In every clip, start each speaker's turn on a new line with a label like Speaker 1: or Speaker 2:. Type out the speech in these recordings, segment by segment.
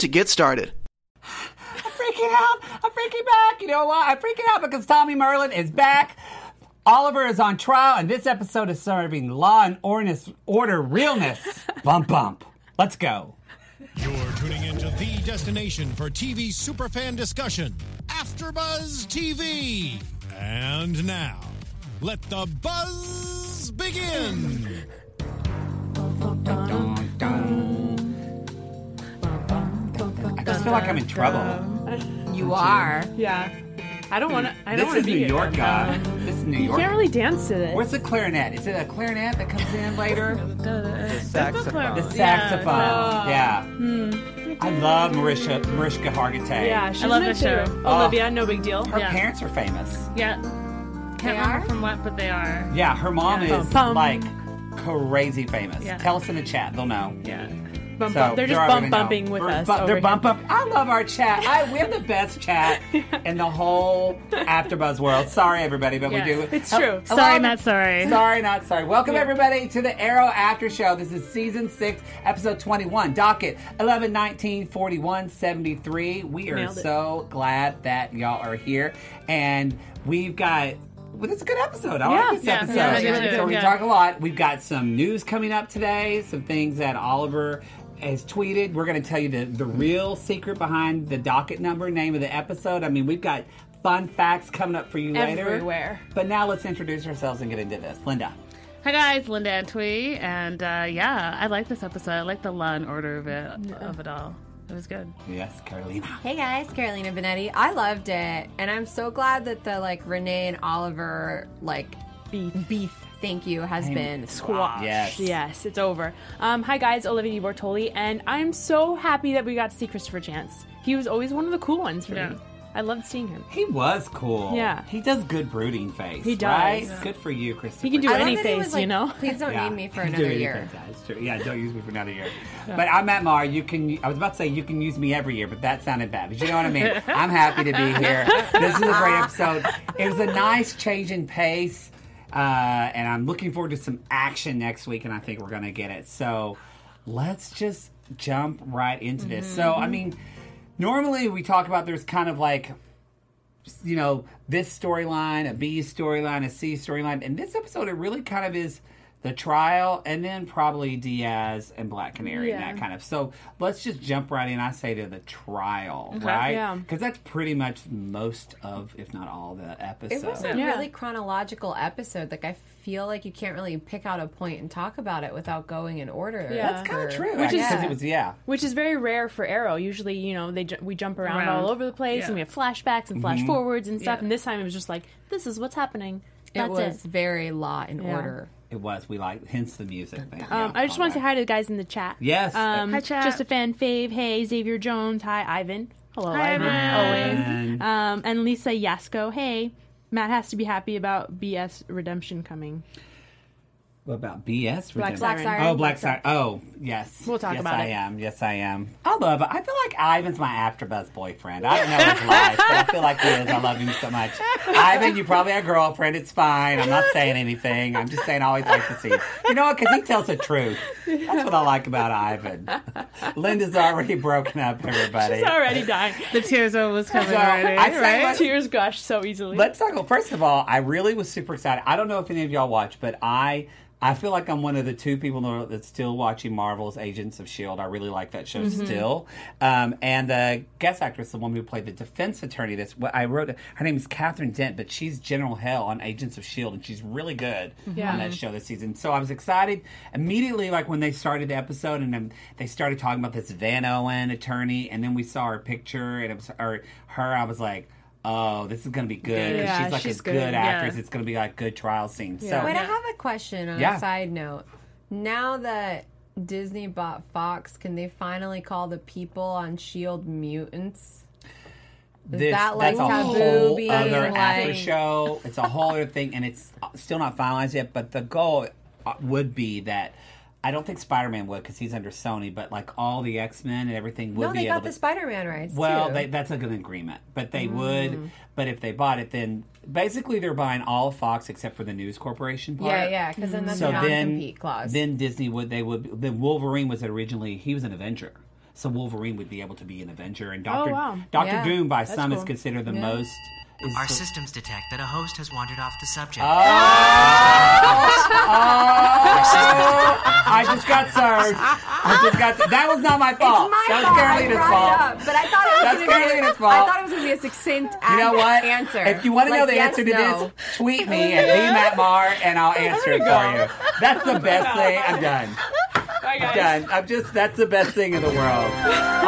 Speaker 1: to get started.
Speaker 2: I'm freaking out. I'm freaking back. You know why? I'm freaking out because Tommy Merlin is back. Oliver is on trial, and this episode is serving law and orness, order realness. bump, bump. Let's go.
Speaker 3: You're tuning into the destination for TV superfan discussion, AfterBuzz TV. And now, let the buzz begin.
Speaker 2: I just feel like I'm in trouble.
Speaker 4: You are.
Speaker 5: Yeah. I don't want to. I
Speaker 2: This
Speaker 5: don't want
Speaker 2: is
Speaker 5: to be
Speaker 2: New
Speaker 5: here.
Speaker 2: York, guy. This is New
Speaker 5: You
Speaker 2: York.
Speaker 5: can't really dance to this.
Speaker 2: Where's the clarinet? Is it a clarinet that comes in later?
Speaker 5: saxophone?
Speaker 2: The saxophone. Yeah. I love Marisha Mariska Hargitay.
Speaker 5: Hmm. Yeah, she's
Speaker 4: I love
Speaker 5: new
Speaker 4: the show.
Speaker 5: too.
Speaker 2: Oh.
Speaker 5: Olivia, no big deal.
Speaker 2: Her
Speaker 5: yeah.
Speaker 2: parents are famous.
Speaker 4: Yeah. Can't remember from what, but they are.
Speaker 2: Yeah, her mom
Speaker 5: Yeah.
Speaker 2: is
Speaker 5: Bum.
Speaker 2: like crazy famous.
Speaker 4: Yeah.
Speaker 2: Tell us in the chat, they'll know.
Speaker 5: Yeah. Bump,
Speaker 2: So,
Speaker 5: bump. They're just
Speaker 2: already
Speaker 5: bump
Speaker 2: know.
Speaker 5: bumping with
Speaker 2: We're
Speaker 5: us.
Speaker 2: bu-
Speaker 5: over
Speaker 2: they're
Speaker 5: here.
Speaker 2: bump up. I love our chat. I, we have the best chat in the whole AfterBuzz world. Sorry, everybody, but
Speaker 4: Yeah.
Speaker 2: we do.
Speaker 5: It's
Speaker 2: Hel-
Speaker 5: true.
Speaker 2: hello-
Speaker 4: Sorry, not sorry.
Speaker 2: Sorry, not sorry. Welcome everybody to the Arrow After Show. This is season six, episode twenty-one, docket 11, 19, 41, 73. We are
Speaker 5: Nailed it.
Speaker 2: so glad that y'all are here, and we've got. Well, it's a good episode. I
Speaker 5: Yeah.
Speaker 2: like this
Speaker 5: Yeah.
Speaker 2: episode.
Speaker 5: Yeah,
Speaker 4: me too.
Speaker 2: so we
Speaker 4: Yeah.
Speaker 2: talk a lot. We've got some news coming up today. Some things that Oliver has tweeted. We're going to tell you the, the real secret behind the docket number, name of the episode. I mean, we've got fun facts coming up for you later.
Speaker 5: Everywhere.
Speaker 2: But now let's introduce ourselves and get into this. Linda.
Speaker 4: Hi guys, Linda Antwi, and uh, yeah, I like this episode. I like the law and order of it of it all. It was good.
Speaker 2: Yes, Carolina.
Speaker 6: Hey guys, Carolina Benetti. I loved it, and I'm so glad that the like Renee and Oliver like beef, beef thank you has been squashed.
Speaker 2: Yes.
Speaker 5: Yes, it's over. Um, hi guys, Olivia Di Bortoli, and I'm so happy that we got to see Christopher Chance. He was always one of the cool ones for
Speaker 4: Yeah.
Speaker 5: me. I loved seeing him.
Speaker 2: He was cool.
Speaker 5: Yeah.
Speaker 2: He does good brooding face.
Speaker 5: He does.
Speaker 2: Right? Good for you, Christopher.
Speaker 5: He can do
Speaker 6: I
Speaker 5: it.
Speaker 6: love
Speaker 5: Any
Speaker 6: that he
Speaker 5: face,
Speaker 6: was like,
Speaker 5: you know?
Speaker 6: Please don't
Speaker 2: Yeah.
Speaker 6: need me for
Speaker 2: You can do
Speaker 6: another
Speaker 2: anything
Speaker 6: year.
Speaker 2: to that. It's true. Yeah, don't use me for another year. But I'm Matt Maher. You can. I was about to say you can use me every year, but that sounded bad. But you know what I mean. I'm happy to be here. This is a great episode. It was a nice change in pace, uh, and I'm looking forward to some action next week. And I think we're gonna get it. So let's just jump right into this. So
Speaker 6: Mm-hmm.
Speaker 2: I mean, normally we talk about there's kind of like you know, this storyline, a B storyline, a C storyline. And this episode, it really kind of is the trial and then probably Diaz and Black Canary and that kind of. So let's just jump right in. I say to the trial, right?
Speaker 5: Yeah.
Speaker 2: Because that's pretty much most of, if not all, the episode.
Speaker 6: It was a
Speaker 5: Yeah.
Speaker 6: really chronological episode. Like I feel like you can't really pick out a point and talk about it without going in order.
Speaker 5: Yeah. That's
Speaker 2: kind of
Speaker 6: for-
Speaker 2: true.
Speaker 5: Which
Speaker 2: Which
Speaker 5: is-
Speaker 2: it was, yeah.
Speaker 5: Which is very rare for Arrow. Usually, you know, they ju- we jump around,
Speaker 4: Around.
Speaker 5: all over the place,
Speaker 4: Yeah.
Speaker 5: and we have flashbacks
Speaker 2: Mm-hmm.
Speaker 5: and flash forwards and stuff.
Speaker 4: Yeah.
Speaker 5: And this time, it was just like, this is what's happening. That's
Speaker 6: It was
Speaker 5: it.
Speaker 6: very law and order.
Speaker 2: It was. We like, hence the music thing.
Speaker 5: Um, I just want to say hi to the guys in the chat.
Speaker 2: Yes.
Speaker 5: Um,
Speaker 4: Hi, chat.
Speaker 5: Just a fan fave. Hey, Xavier Jones. Hi, Ivan. Hello,
Speaker 4: Hi,
Speaker 5: Ivan.
Speaker 4: Ivan.
Speaker 2: Oh,
Speaker 5: Always. Um, and Lisa Yasko. Hey, Matt has to be happy about BS Redemption coming.
Speaker 2: What about BS? Black
Speaker 6: Black
Speaker 5: Siren.
Speaker 6: Siren.
Speaker 2: Oh, Black Side. Oh, yes.
Speaker 5: We'll talk
Speaker 2: yes,
Speaker 5: about
Speaker 2: I
Speaker 5: it.
Speaker 2: am. Yes, I am. I love it. I feel like Ivan's my AfterBuzz boyfriend. I don't know his life, but I feel like he is. I love him so much. Ivan, you probably have a girlfriend. It's fine. I'm not saying anything. I'm just saying I always like to see. him. You know what? Because he tells the truth. That's what I like about Ivan. Linda's already broken up, everybody.
Speaker 5: It's already dying.
Speaker 4: The tears almost coming
Speaker 2: So,
Speaker 4: already.
Speaker 2: I say let's-
Speaker 5: Tears gush so easily.
Speaker 2: Let's talk. Well, first of all, I really was super excited. I don't know if any of y'all watch, but I I feel like I'm one of the two people in the world that's still watching Marvel's Agents of Shield. I really like that show still. Um, and the guest actress, the woman who played the defense attorney, that's what I wrote. Her name is Catherine Dent, but she's General Hell on Agents of Shield, E and she's really good on that show this season. So I was excited immediately, like when they started the episode, and then they started talking about this Van Owen attorney, and then we saw her picture and it was or her. I was like. Oh, this is gonna be good because
Speaker 5: Yeah,
Speaker 2: she's like
Speaker 5: she's
Speaker 2: a good,
Speaker 5: good, yeah.
Speaker 2: actress. It's gonna be like good trial scenes.
Speaker 5: Yeah.
Speaker 2: So
Speaker 6: Wait, I have a question on
Speaker 2: Yeah.
Speaker 6: a side note. Now that Disney bought Fox, can they finally call the people on Shield E mutants? Is
Speaker 2: This-
Speaker 6: that like
Speaker 2: that's a
Speaker 6: taboo
Speaker 2: whole
Speaker 6: being
Speaker 2: other after
Speaker 6: like-
Speaker 2: show. It's a whole other thing, and it's uh, still not finalized yet. But the goal uh, would be that I don't think Spider Man would because he's under Sony, but like all the X Men and everything would
Speaker 6: No,
Speaker 2: be
Speaker 6: they
Speaker 2: able
Speaker 6: got
Speaker 2: to.
Speaker 6: the Spider-Man rights.
Speaker 2: well,
Speaker 6: too. Mm.
Speaker 2: they, that's a good agreement, but they would. But if they bought it, then basically they're buying all of Fox except for the News Corporation part.
Speaker 6: yeah, yeah, because then that's
Speaker 2: So
Speaker 6: a
Speaker 2: then,
Speaker 6: non-compete clause.
Speaker 2: then Disney would they would then Wolverine was originally he was an Avenger, so Wolverine would be able to be an Avenger, and Doctor
Speaker 5: wow.
Speaker 2: Doctor
Speaker 6: Oh, Yeah.
Speaker 2: Doom by some is considered the most. Is
Speaker 7: Our systems detect that a host has wandered off the subject.
Speaker 2: I just got served. I just got that was not my fault.
Speaker 6: it's my
Speaker 2: that was
Speaker 6: fault. I
Speaker 2: Carolina's
Speaker 6: brought
Speaker 2: fault.
Speaker 6: it up, but I thought it was
Speaker 2: That's
Speaker 6: gonna be-
Speaker 2: Carolina's fault.
Speaker 6: I thought it was going to be a succinct
Speaker 2: You know what?
Speaker 6: answer.
Speaker 2: If you want to know
Speaker 6: Like,
Speaker 2: the
Speaker 6: yes,
Speaker 2: answer to this,
Speaker 6: no.
Speaker 2: tweet me at the Matt Mar and I'll answer it for you. That's the best thing. I'm done.
Speaker 5: Bye, guys.
Speaker 2: done. I'm just that's the best thing in the world.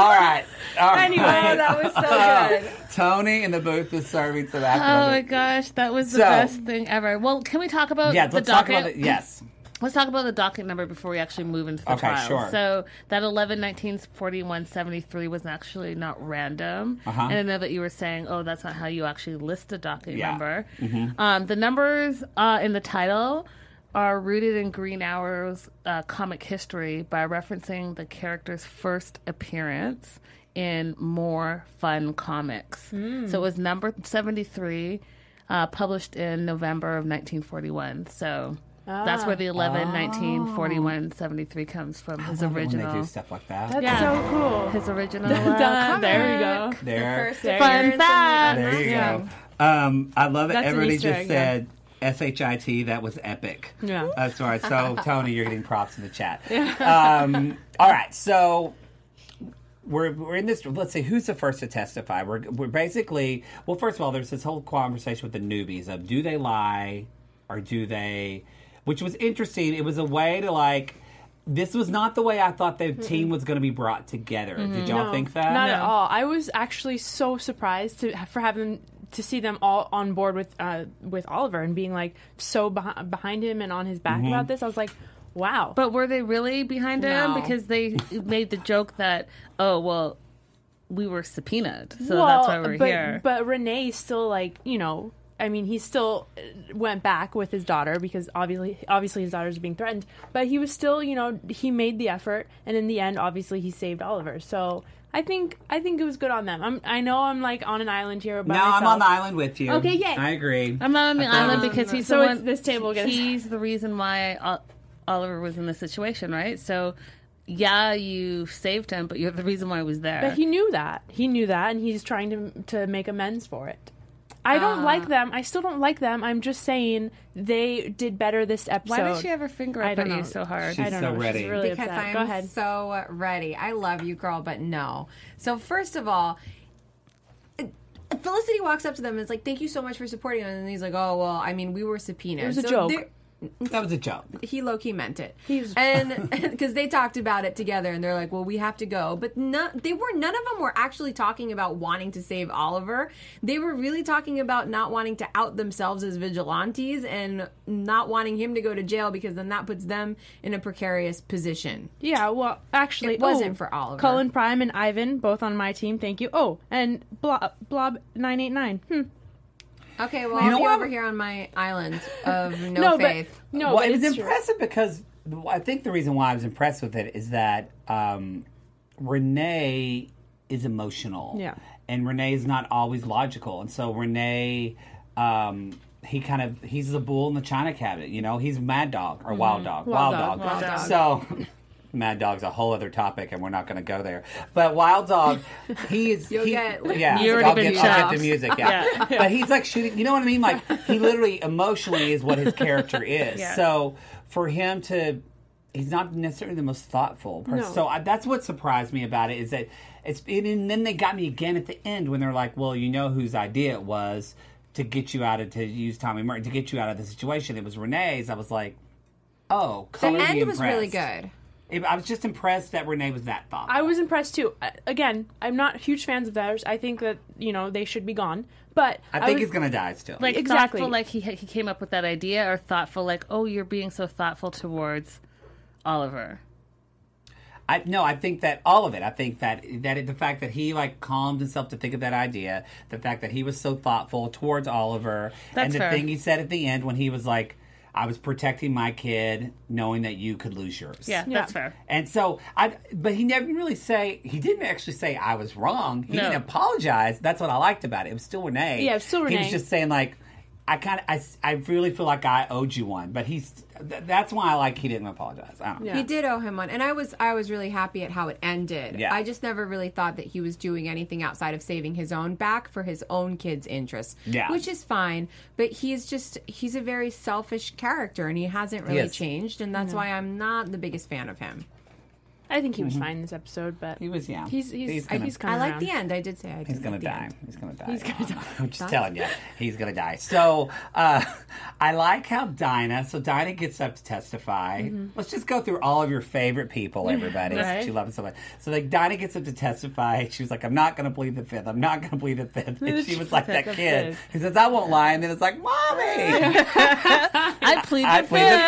Speaker 2: All right. All right.
Speaker 5: Anyway,
Speaker 6: Oh, that was so good.
Speaker 2: Tony in the booth is serving some
Speaker 4: Oh my
Speaker 2: afternoon.
Speaker 4: gosh, that was the
Speaker 2: So-
Speaker 4: best thing ever. Well, can we talk about
Speaker 2: yeah,
Speaker 4: the
Speaker 2: let's
Speaker 4: docket?
Speaker 2: talk about it. Yes.
Speaker 4: Let's talk about the docket number before we actually move into the
Speaker 2: Okay,
Speaker 4: trial.
Speaker 2: sure.
Speaker 4: So that 11, 19, 41, 73 was actually not random.
Speaker 2: Uh-huh.
Speaker 4: And I know that you were saying, oh, that's not how you actually list a docket
Speaker 2: Yeah. Mm-hmm.
Speaker 4: number. Um, the numbers uh, in the title are rooted in Green Arrow's uh, comic history by referencing the character's first appearance in more fun comics. So it was number 73, uh, published in November of 1941. So that's where the 11, 19, 41,
Speaker 2: Oh.
Speaker 4: 73 comes from. His
Speaker 2: When they do
Speaker 4: original.
Speaker 2: stuff like that.
Speaker 5: That's
Speaker 4: Yeah.
Speaker 5: so cool.
Speaker 4: His original. uh,
Speaker 5: Done. There we go.
Speaker 4: comic.
Speaker 2: there.
Speaker 5: There
Speaker 4: Fun fact.
Speaker 2: There you
Speaker 5: Yeah.
Speaker 2: go. Um, I love it.
Speaker 5: That's an
Speaker 2: Everybody
Speaker 5: Easter
Speaker 2: just
Speaker 5: egg, yeah.
Speaker 2: said S H I T. That was epic.
Speaker 5: Yeah.
Speaker 2: That's all right. So Tony, you're getting props in the chat. Um, all right. So we're, we're in this. Let's see who's the first to testify. We're we're basically well. First of all, there's this whole conversation with the newbies of do they lie or do they, which was interesting. It was a way to like. This was not the way I thought the team was going to be brought together. Did y'all think that?
Speaker 5: Not at all. I was actually so surprised to, for having to see them all on board with uh, with Oliver and being like so beh- behind him and on his back about this. I was like, wow.
Speaker 4: But were they really behind him?
Speaker 5: No.
Speaker 4: Because they made the joke that, oh, well, we were subpoenaed. So
Speaker 5: Well,
Speaker 4: that's why we're
Speaker 5: but,
Speaker 4: here.
Speaker 5: But Renee still like you know. I mean, he still uh, went back with his daughter because obviously, obviously his daughter's being threatened. But he was still, you know, he made the effort, and in the end, obviously he saved Oliver. So I think, I think it was good on them. I'm, I know I'm like on an island here, but
Speaker 2: No, I'm on the island with you.
Speaker 5: Okay, yay.
Speaker 2: I agree.
Speaker 4: I'm not on the
Speaker 2: I thought it
Speaker 4: island
Speaker 2: was-
Speaker 4: because he's
Speaker 5: so
Speaker 4: the
Speaker 5: it's-
Speaker 4: one.
Speaker 5: this table gets-
Speaker 4: He's the reason why Ol- Oliver was in this situation, right? So, yeah, you saved him, but you're the reason why he was there.
Speaker 5: But he knew that. He knew that, and he's trying to to make amends for it. I
Speaker 2: Uh,
Speaker 5: don't like them. I still don't like them. I'm just saying they did better this episode.
Speaker 4: why did she have her finger
Speaker 5: I
Speaker 4: up at
Speaker 5: don't know.
Speaker 4: you so hard?
Speaker 2: She's
Speaker 5: I don't
Speaker 2: so
Speaker 5: know.
Speaker 2: ready.
Speaker 5: She's really
Speaker 6: because
Speaker 5: upset.
Speaker 6: I'm
Speaker 5: Go ahead.
Speaker 6: so ready. I love you, girl, but no. So first of all, Felicity walks up to them and is like, "Thank you so much for supporting us." And he's like, "Oh well, I mean, we were subpoenaed. It
Speaker 5: was a joke.
Speaker 2: that was a joke.
Speaker 6: he low key meant it.
Speaker 5: He's-
Speaker 6: and because they talked about it together, and they're like, "Well, we have to go," but no, they were none of them were actually talking about wanting to save Oliver. They were really talking about not wanting to out themselves as vigilantes and not wanting him to go to jail because then that puts them in a precarious position.
Speaker 5: Yeah, well, actually,
Speaker 6: It wasn't
Speaker 5: oh,
Speaker 6: for Oliver.
Speaker 5: Cullen Prime and Ivan, both on my team. Thank you. Oh, and Blob, Blob nine eight nine. Hmm.
Speaker 6: Okay, well,
Speaker 2: You
Speaker 6: I'll
Speaker 2: know
Speaker 6: be
Speaker 2: what?
Speaker 6: over here on my island of no,
Speaker 5: No,
Speaker 6: faith.
Speaker 5: but no,
Speaker 2: well,
Speaker 5: but
Speaker 2: it was
Speaker 5: it's true.
Speaker 2: impressive because I think the reason why I was impressed with it is that um, Renee is emotional.
Speaker 5: Yeah.
Speaker 2: And Renee is not always logical. And so Renee, um, he kind of, he's the bull in the china cabinet, you know? He's mad dog or wild dog. Wild,
Speaker 5: Wild
Speaker 2: dog.
Speaker 5: dog, wild dog.
Speaker 2: So. Mad Dog's a whole other topic, and we're not going to go there. But Wild Dog, he is.
Speaker 6: You'll
Speaker 2: he-
Speaker 6: get-
Speaker 2: yeah,
Speaker 4: You already
Speaker 2: I'll,
Speaker 4: been
Speaker 2: get, I'll
Speaker 4: shot.
Speaker 2: get the music. Yeah. but he's like shooting. You know what I mean? Like he literally emotionally is what his character is.
Speaker 4: Yeah.
Speaker 2: So for him to, he's not necessarily the most thoughtful person.
Speaker 5: No.
Speaker 2: So I, that's what surprised me about it is that it's. And, then they got me again at the end when they're like, "Well, you know whose idea it was to get you out of to use Tommy Murray to get you out of the situation. It was Renee's." I was like. Oh,
Speaker 6: The
Speaker 2: color me
Speaker 6: end was really
Speaker 2: impressed.
Speaker 6: good.
Speaker 2: It- I was just impressed that Renee was that thoughtful.
Speaker 5: I was impressed too. Uh, Again, I'm not huge fans of theirs. I think that you know they should be gone. But
Speaker 2: I think
Speaker 5: was-
Speaker 2: he's gonna die still.
Speaker 4: like
Speaker 5: Exactly.
Speaker 4: thoughtful like he he came up with that idea or thoughtful like oh you're being so thoughtful towards oliver
Speaker 2: I no, I think that all of it. I think that that it, the fact that he like calmed himself to think of that idea, the fact that he was so thoughtful towards Oliver,
Speaker 4: That's
Speaker 2: and the
Speaker 4: fair.
Speaker 2: thing he said at the end when he was like, "I was protecting my kid, knowing that you could lose yours."
Speaker 4: Yeah, that's fair.
Speaker 2: And so I, but he never really say he didn't actually say I was wrong. He
Speaker 4: No.
Speaker 2: didn't apologize. That's what I liked about it. It was still Renee.
Speaker 5: Yeah, it was still
Speaker 2: He was
Speaker 5: Renee.
Speaker 2: just saying like, I kind of, I, I really feel like I owed you one. But he's, th- that's why I like he didn't apologize. I don't know.
Speaker 6: He did owe him one, and I was I was really happy at how it ended.
Speaker 2: Yeah.
Speaker 6: I just never really thought that he was doing anything outside of saving his own back for his own kids' interests.
Speaker 2: Yeah.
Speaker 6: which is fine. But he's just he's a very selfish character, and he hasn't really
Speaker 2: Yes.
Speaker 6: changed, and that's why I'm not the biggest fan of him.
Speaker 5: I think he was fine this episode, but
Speaker 2: Mm-hmm. He was, yeah.
Speaker 5: He's he's
Speaker 2: He's gonna-
Speaker 5: he's, coming
Speaker 6: I like
Speaker 5: around.
Speaker 6: the end. I did say I.
Speaker 2: He's
Speaker 6: did
Speaker 2: gonna
Speaker 6: like the
Speaker 2: die.
Speaker 6: end.
Speaker 2: He's gonna die.
Speaker 5: He's gonna die.
Speaker 2: I'm just
Speaker 6: That's-
Speaker 2: telling you, he's gonna die. So uh, I like how Dinah. So Dinah gets up to testify.
Speaker 5: Mm-hmm.
Speaker 2: Let's just go through all of your favorite people, everybody.
Speaker 4: Right.
Speaker 2: She loves it so much. So like Dinah gets up to testify. She was like, "I'm not gonna plead the fifth. I'm not gonna plead the fifth. And she was like that
Speaker 5: the
Speaker 2: kid
Speaker 5: fifth.
Speaker 2: who says, "I won't lie," and then it's like, "Mommy,
Speaker 4: I plead the
Speaker 2: I
Speaker 4: fifth.
Speaker 2: plead the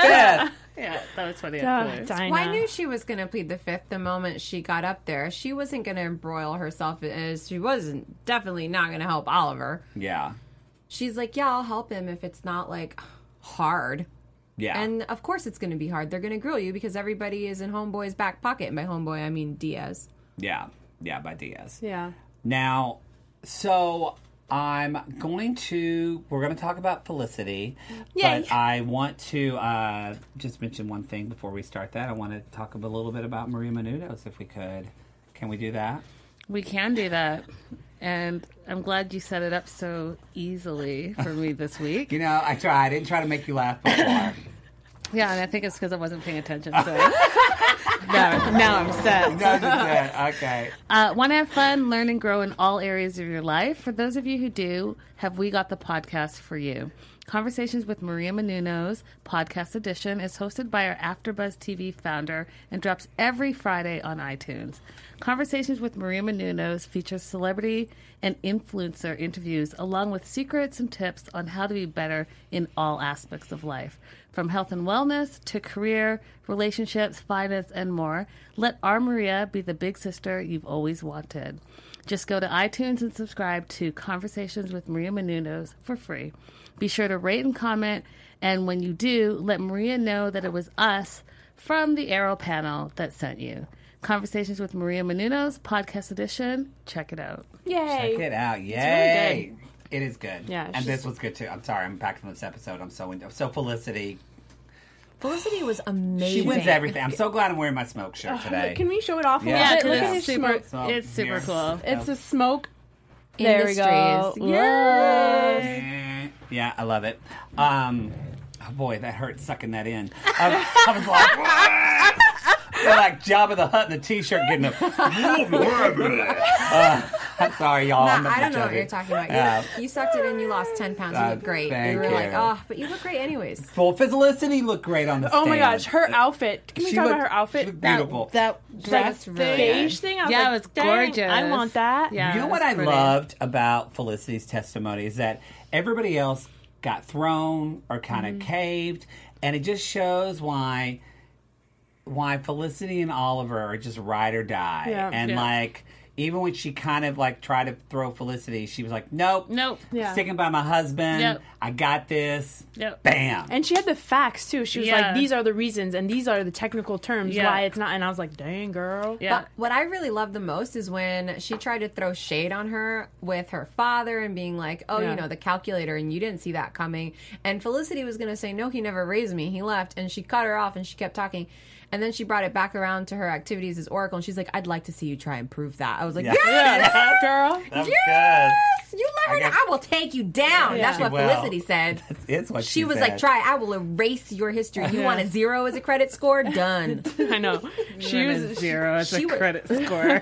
Speaker 2: fifth.
Speaker 4: Yeah, that was funny.
Speaker 5: Oh,
Speaker 4: afterwards.
Speaker 5: Dinah.
Speaker 6: Well, I knew she was going to plead the fifth the moment she got up there. She wasn't going to embroil herself as she wasn't definitely not going to help Oliver.
Speaker 2: Yeah,
Speaker 6: She's like, yeah, I'll help him if it's not like hard.
Speaker 2: yeah.
Speaker 6: And of course, it's going to be hard. They're going to grill you because everybody is in Homeboy's back pocket. And by Homeboy, I mean Diaz.
Speaker 2: Yeah, yeah, by Diaz.
Speaker 5: Yeah.
Speaker 2: Now, so I'm going to we're going to talk about Felicity,
Speaker 5: Yay.
Speaker 2: but I want to uh, just mention one thing before we start that. I want to talk a little bit about Maria Menounos, if we could. Can we do that?
Speaker 4: We can do that. And I'm glad you set it up so easily for me this week.
Speaker 2: You know, I tried. I didn't try to make you laugh before.
Speaker 4: Yeah, and I think it's because I wasn't paying attention. So now, now I'm set.
Speaker 2: no, that's it. Okay.
Speaker 4: Uh, Want to have fun, learn, and grow in all areas of your life? For those of you who do, have we got the podcast for you? Conversations with Maria Menounos, Podcast Edition, is hosted by our AfterBuzz TV founder and drops every Friday on iTunes. Conversations with Maria Menounos features celebrity and influencer interviews, along with secrets and tips on how to be better in all aspects of life, from health and wellness to career, relationships, finance, and more. Let our Maria be the big sister you've always wanted. Just go to iTunes and subscribe to Conversations with Maria Menounos for free. Be sure to rate and comment, and when you do, let Maria know that it was us from the Arrow panel that sent you. Conversations with Maria Menounos, podcast edition. Check it out.
Speaker 5: Yay.
Speaker 2: Check it out. Yay.
Speaker 5: really good.
Speaker 2: It is good.
Speaker 5: Yeah,
Speaker 2: And
Speaker 5: she's-
Speaker 2: this was good too. I'm sorry. I'm back from this episode. I'm so into so Felicity.
Speaker 6: Felicity was amazing.
Speaker 2: She wins everything. I'm so glad I'm wearing my smoke shirt today.
Speaker 5: Uh, Can we show it off a
Speaker 2: Yeah,
Speaker 5: little bit? Look
Speaker 2: it
Speaker 5: at
Speaker 2: is.
Speaker 5: his
Speaker 4: super,
Speaker 5: smoke.
Speaker 2: So,
Speaker 4: it's super
Speaker 2: yes.
Speaker 4: cool.
Speaker 5: It's a smoke. There we
Speaker 6: Industries.
Speaker 5: go. Yes.
Speaker 2: Eh, Yeah, I love it. Um, oh boy, that hurt sucking that in. I, I was like, "Wah!" Feel like Jabba the Hutt in the t-shirt getting a. Uh, I'm sorry, y'all. I'm
Speaker 6: Nah,
Speaker 2: not
Speaker 6: I don't know what
Speaker 2: joking.
Speaker 6: you're talking about. You,
Speaker 2: Yeah.
Speaker 6: you sucked it in. You lost 10 pounds.
Speaker 2: Uh,
Speaker 6: you look great.
Speaker 2: thank
Speaker 6: you were like,
Speaker 2: you.
Speaker 6: oh, but you look great anyways.
Speaker 2: Well, Felicity looked great on the
Speaker 5: Oh my
Speaker 2: stand.
Speaker 5: gosh, her outfit. Can we
Speaker 2: She
Speaker 5: talk
Speaker 2: looked-
Speaker 5: about her outfit?
Speaker 2: she looked
Speaker 5: That-
Speaker 2: beautiful.
Speaker 5: That
Speaker 6: dress
Speaker 5: dress
Speaker 6: really
Speaker 5: beige thing. I was
Speaker 4: Yeah,
Speaker 5: like,
Speaker 4: it was
Speaker 5: "Dang,
Speaker 4: gorgeous.
Speaker 5: I want that.
Speaker 4: Yeah.
Speaker 2: You know what
Speaker 4: that's
Speaker 2: I
Speaker 4: pretty.
Speaker 2: loved about Felicity's testimony is that everybody else got thrown or kind of caved, and it just shows why why Felicity and Oliver are just ride or die,
Speaker 5: Yeah.
Speaker 2: and
Speaker 4: Yeah.
Speaker 2: like. Even when she kind of like tried to throw Felicity, she was like, "Nope,
Speaker 4: Nope.
Speaker 5: Yeah.
Speaker 2: sticking by my husband.
Speaker 4: Yep.
Speaker 2: I got this."
Speaker 4: Yep.
Speaker 2: Bam.
Speaker 5: And she had the facts too. She was
Speaker 4: Yeah.
Speaker 5: like, "These are the reasons, and these are the technical terms
Speaker 4: Yeah.
Speaker 5: why it's not." And I was like, "Dang, girl."
Speaker 4: Yeah.
Speaker 6: But Uh, what I really love the most is when she tried to throw shade on her with her father and being like, oh,
Speaker 5: Yeah.
Speaker 6: you know, the calculator, and you didn't see that coming. And Felicity was going to say, no, he never raised me. He left. And she cut her off and she kept talking. And then she brought it back around to her activities as Oracle. And she's like, I'd like to see you try and prove that. I was like,
Speaker 2: Yeah.
Speaker 6: yes,
Speaker 5: Yeah, girl.
Speaker 2: That was
Speaker 6: yes! You let her
Speaker 2: I
Speaker 6: know.
Speaker 2: guess-
Speaker 6: I will take you down.
Speaker 5: Yeah.
Speaker 6: That's
Speaker 5: She
Speaker 6: what
Speaker 2: will.
Speaker 6: Felicity said.
Speaker 2: good. It's what she,
Speaker 6: She was
Speaker 2: said.
Speaker 6: like, try. it. I will erase your history. You want a zero as a credit score? Done.
Speaker 5: I know. She
Speaker 4: She
Speaker 5: was.
Speaker 4: was zero as
Speaker 6: she
Speaker 4: a
Speaker 6: was-
Speaker 4: credit score.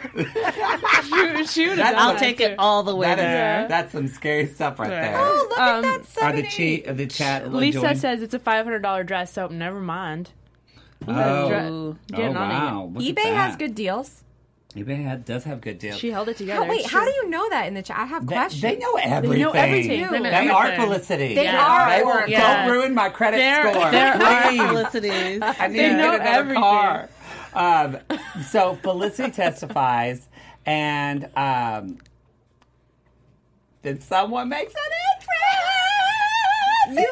Speaker 5: She, she would have
Speaker 2: I'll
Speaker 5: done
Speaker 4: Take
Speaker 5: that,
Speaker 4: it
Speaker 5: too.
Speaker 4: all the way
Speaker 2: That is,
Speaker 4: there.
Speaker 2: that's some scary stuff right
Speaker 4: Right.
Speaker 2: there.
Speaker 6: Oh, look
Speaker 5: Um,
Speaker 6: at that.
Speaker 2: Are the
Speaker 6: 78.
Speaker 2: cheat of the chat?
Speaker 5: Lisa
Speaker 2: joined?
Speaker 5: says it's a five hundred dollar dress, so never mind.
Speaker 2: Oh,
Speaker 4: Ooh.
Speaker 2: oh
Speaker 5: Getting on it.
Speaker 2: wow! Look at
Speaker 6: eBay has
Speaker 2: that.
Speaker 6: good deals.
Speaker 2: eBay ha- does have good deals.
Speaker 5: She held it
Speaker 6: How,
Speaker 5: together.
Speaker 6: wait,
Speaker 5: She
Speaker 6: how do
Speaker 5: was-
Speaker 6: you know that in the chat? I have
Speaker 2: they,
Speaker 6: questions.
Speaker 2: they know everything.
Speaker 5: They know everything.
Speaker 4: They know
Speaker 2: They are
Speaker 4: everything.
Speaker 2: Felicity.
Speaker 6: They Yeah. are.
Speaker 2: They will,
Speaker 4: Yeah.
Speaker 2: Don't ruin my credit
Speaker 4: There,
Speaker 2: score.
Speaker 4: there are
Speaker 2: Please.
Speaker 4: felicities.
Speaker 2: I need
Speaker 5: They
Speaker 2: to
Speaker 5: know
Speaker 2: get another
Speaker 5: everything.
Speaker 2: car. Um, so Felicity testifies, and um, then someone makes an entrance.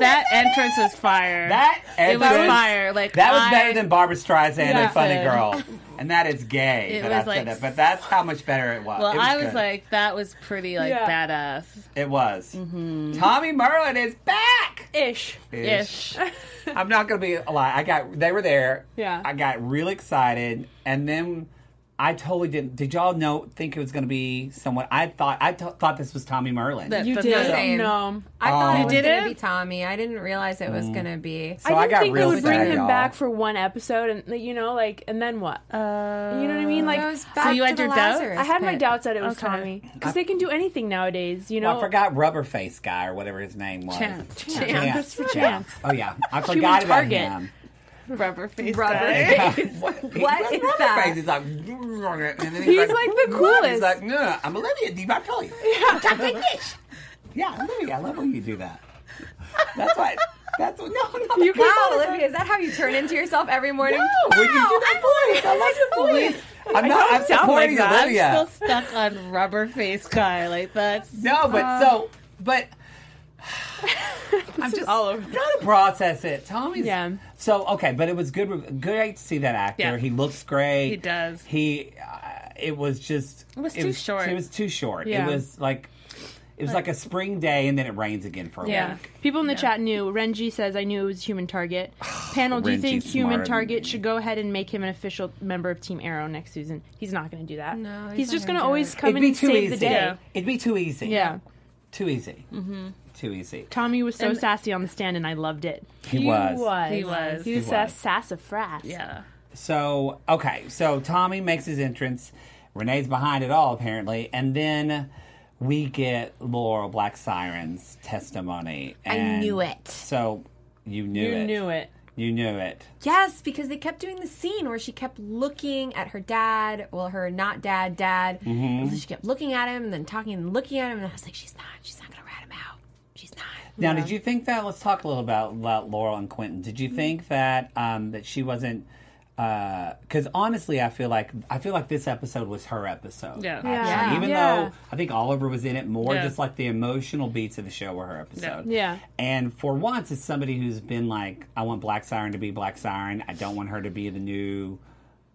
Speaker 4: That entrance was fire.
Speaker 2: That
Speaker 4: it was
Speaker 2: entrance-
Speaker 4: fire. Like
Speaker 2: that was
Speaker 4: I-
Speaker 2: better than Barbara Streisand and Funny
Speaker 4: Listen.
Speaker 2: Girl, and that is gay.
Speaker 4: It
Speaker 2: that
Speaker 4: was
Speaker 2: I said
Speaker 4: like
Speaker 2: that, but that's how much better it was.
Speaker 4: Well,
Speaker 2: It was
Speaker 4: I was
Speaker 2: good.
Speaker 4: like, that was pretty like badass
Speaker 2: it was.
Speaker 4: mm-hmm.
Speaker 2: Tommy Merlin is back.
Speaker 5: Ish.
Speaker 4: ish.
Speaker 2: I'm not gonna be a lie. I got they were there.
Speaker 5: Yeah.
Speaker 2: I got real excited, and then I totally didn't. Did y'all know? Think it was gonna be someone? I thought I t- thought this was Tommy Merlin.
Speaker 4: That-
Speaker 5: You
Speaker 4: that's
Speaker 5: did.
Speaker 4: not-
Speaker 6: Same.
Speaker 5: No.
Speaker 6: I thought it was
Speaker 4: did
Speaker 6: going to
Speaker 4: it?
Speaker 6: be Tommy. I didn't realize it was going to be.
Speaker 2: so I,
Speaker 5: didn't
Speaker 2: got
Speaker 5: think
Speaker 2: real
Speaker 5: they would bring
Speaker 2: sad,
Speaker 5: him
Speaker 2: y'all.
Speaker 5: back for one episode, and you know, like, and then what?
Speaker 4: Uh,
Speaker 5: you know what I mean? Like,
Speaker 6: It was back
Speaker 4: you
Speaker 6: to
Speaker 4: had
Speaker 6: the
Speaker 4: your doubts?
Speaker 6: Lazarus
Speaker 5: I had my
Speaker 6: pit.
Speaker 5: doubts that it was
Speaker 4: Okay.
Speaker 5: Tommy because they can do anything nowadays. You know,
Speaker 2: Well, Oh, I forgot Rubber Face guy or whatever his name was.
Speaker 4: Chance.
Speaker 5: Chance. Christopher
Speaker 2: Yeah.
Speaker 5: Chance.
Speaker 2: Oh yeah, I forgot about
Speaker 5: Target.
Speaker 2: him.
Speaker 4: rubber face.
Speaker 6: Rubber
Speaker 4: guy.
Speaker 6: face.
Speaker 2: what what
Speaker 6: is that?
Speaker 2: He's like, and then he's,
Speaker 5: He's like the
Speaker 2: "What?" He's
Speaker 5: coolest.
Speaker 2: like, no, I'm Olivia Di Bartoli. Yeah, talk like this. Yeah, Olivia, I love when you do that. That's what. That's what. No, no. You
Speaker 6: Wow, Olivia, is that how you turn into yourself every morning?
Speaker 2: No, when you do that voice, I love your voice. I'm not. I'm
Speaker 4: Oh
Speaker 5: sound like
Speaker 2: supporting
Speaker 5: that. I'm
Speaker 2: Olivia.
Speaker 4: I'm still stuck on rubber face guy. Like that's
Speaker 2: No, but so, but I'm just all over. Gotta process it. Tommy's.
Speaker 5: Yeah.
Speaker 2: So okay, but it was good. rev- Great to see that actor.
Speaker 4: Yeah.
Speaker 2: He looks great.
Speaker 4: He does.
Speaker 2: He. Uh, it was just. It
Speaker 4: was too short.
Speaker 2: It was too short.
Speaker 5: Yeah.
Speaker 2: It was like. It was like, a spring day, and then it rains again for a
Speaker 5: Yeah.
Speaker 2: week.
Speaker 5: People in the chat knew. Renji says, I knew it was human target. Panel, do you think
Speaker 2: Renji's
Speaker 5: human
Speaker 2: smarter than
Speaker 5: target
Speaker 2: me.
Speaker 5: should go ahead and make him an official member of Team Arrow next season? He's not going to do that.
Speaker 6: No, he's
Speaker 5: He's,
Speaker 6: not
Speaker 5: just
Speaker 6: gonna
Speaker 5: going to
Speaker 6: do
Speaker 5: always
Speaker 6: it.
Speaker 5: come
Speaker 2: It'd
Speaker 5: in
Speaker 2: be
Speaker 5: and
Speaker 2: too
Speaker 5: save
Speaker 2: easy.
Speaker 5: the day.
Speaker 4: Yeah.
Speaker 2: It'd be too easy.
Speaker 5: Yeah.
Speaker 2: Too easy. Mm-hmm. Too easy.
Speaker 5: Tommy was so sassy on the stand, and I loved it.
Speaker 2: He was.
Speaker 4: He was.
Speaker 5: He was,
Speaker 2: He
Speaker 5: a
Speaker 2: was.
Speaker 5: sassafras.
Speaker 4: yeah.
Speaker 2: So okay, so Tommy makes his entrance. Renee's behind it all apparently, and then we get Laurel Black Siren's testimony. And
Speaker 6: knew it.
Speaker 2: So you knew
Speaker 5: You
Speaker 2: it.
Speaker 5: knew it.
Speaker 2: You knew it.
Speaker 6: Yes, because they kept doing the scene where she kept looking at her dad, well, her not dad, dad. She kept looking at him and then talking and looking at him, and I was like, she's not, she's not gonna rat him out. She's not.
Speaker 2: Now, did you think that? Let's talk a little about, about Laurel and Quentin. Did you think that um, that she wasn't? Because honestly, I feel like I feel like this episode was her episode.
Speaker 4: Yeah.
Speaker 2: actually.
Speaker 5: Yeah.
Speaker 2: Even
Speaker 5: Yeah.
Speaker 2: though I think Oliver was in it more,
Speaker 4: Yeah.
Speaker 2: just like the emotional beats of the show were her episode.
Speaker 5: Yeah.
Speaker 2: And for once, it's somebody who's been like, I want Black Siren to be Black Siren. I don't want her to be the new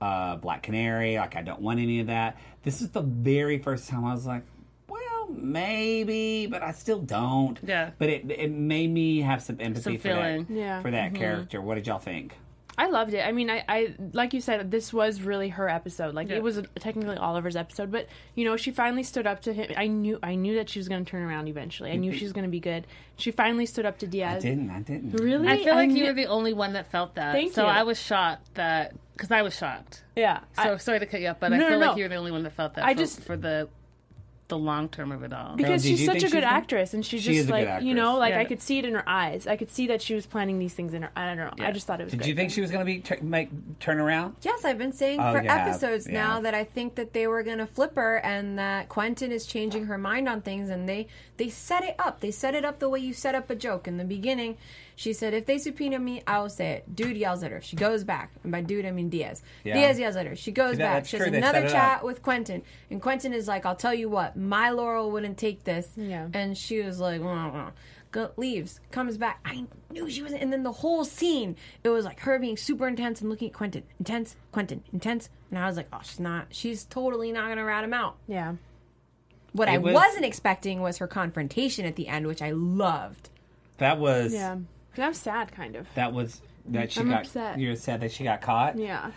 Speaker 2: uh, Black Canary. Like, I don't want any of that. This is the very first time I was like, well, maybe, but I still don't.
Speaker 4: Yeah.
Speaker 2: But it it made me have some empathy
Speaker 4: Some
Speaker 2: for that
Speaker 4: feeling.
Speaker 5: Yeah.
Speaker 2: for that character. What did y'all think?
Speaker 5: I loved it. I mean, I, I like you said, this was really her episode. Like
Speaker 4: Yeah.
Speaker 5: it was technically Oliver's episode, but you know, she finally stood up to him. I knew, I knew that she was going to turn around eventually. I knew she was going to be good. She finally stood up to
Speaker 2: I
Speaker 5: Diaz.
Speaker 2: didn't. I didn't.
Speaker 5: Really,
Speaker 4: I feel like
Speaker 5: knew-
Speaker 4: you were the only one that felt that.
Speaker 5: Thank
Speaker 4: so
Speaker 5: you.
Speaker 4: I was shocked that because I was shocked.
Speaker 5: Yeah.
Speaker 4: So
Speaker 5: I-
Speaker 4: sorry to cut you up, but
Speaker 5: No,
Speaker 4: I
Speaker 5: no,
Speaker 4: feel
Speaker 5: no.
Speaker 4: like you were the only one that felt that.
Speaker 5: I
Speaker 4: for,
Speaker 5: just-
Speaker 4: for the the long term of it all.
Speaker 5: because
Speaker 2: did you
Speaker 5: she's such
Speaker 2: think
Speaker 5: a
Speaker 2: she was
Speaker 5: good
Speaker 2: gonna-
Speaker 5: actress, and she's
Speaker 2: She is
Speaker 5: just
Speaker 2: a good
Speaker 5: like you know,
Speaker 2: actress.
Speaker 5: like
Speaker 4: Yeah.
Speaker 5: I could see it in her eyes. I could see that she was planning these things in her. I don't know. I just thought it was.
Speaker 2: Did
Speaker 5: great.
Speaker 2: you think she was going to be tur make turn around?
Speaker 6: Yes, I've been saying
Speaker 2: Oh,
Speaker 6: for
Speaker 2: you have,
Speaker 6: episodes
Speaker 2: yeah.
Speaker 6: now that I think that they were gonna flip her and that Quentin is changing her mind on things, and they they set it up. They set it up the way you set up a joke in the beginning. She said, "If they subpoena me, I will say it." Dude yells at her. She goes back, and by dude I mean Diaz.
Speaker 2: Yeah.
Speaker 6: Diaz yells at her. She goes
Speaker 2: See, that-
Speaker 6: back.
Speaker 2: that's
Speaker 6: She has
Speaker 2: true. They
Speaker 6: another
Speaker 2: set it
Speaker 6: chat
Speaker 2: up.
Speaker 6: with Quentin, and Quentin is like, "I'll tell you what, my Laurel wouldn't take this."
Speaker 5: Yeah.
Speaker 6: And she was like, "Mm, mm." Go, leaves, comes back. I knew she wasn't. And then the whole scene, it was like her being super intense and looking at Quentin, intense, Quentin, intense. And I was like, oh, she's not. She's totally not gonna rat him out.
Speaker 5: Yeah.
Speaker 6: What I
Speaker 2: was-
Speaker 6: was, not expecting was her confrontation at the end, which I loved.
Speaker 2: That was
Speaker 5: Yeah. 'Cause I'm sad, kind of.
Speaker 2: that was that she
Speaker 5: I'm
Speaker 2: got.
Speaker 5: upset.
Speaker 2: You're sad that she got caught.
Speaker 5: Yeah.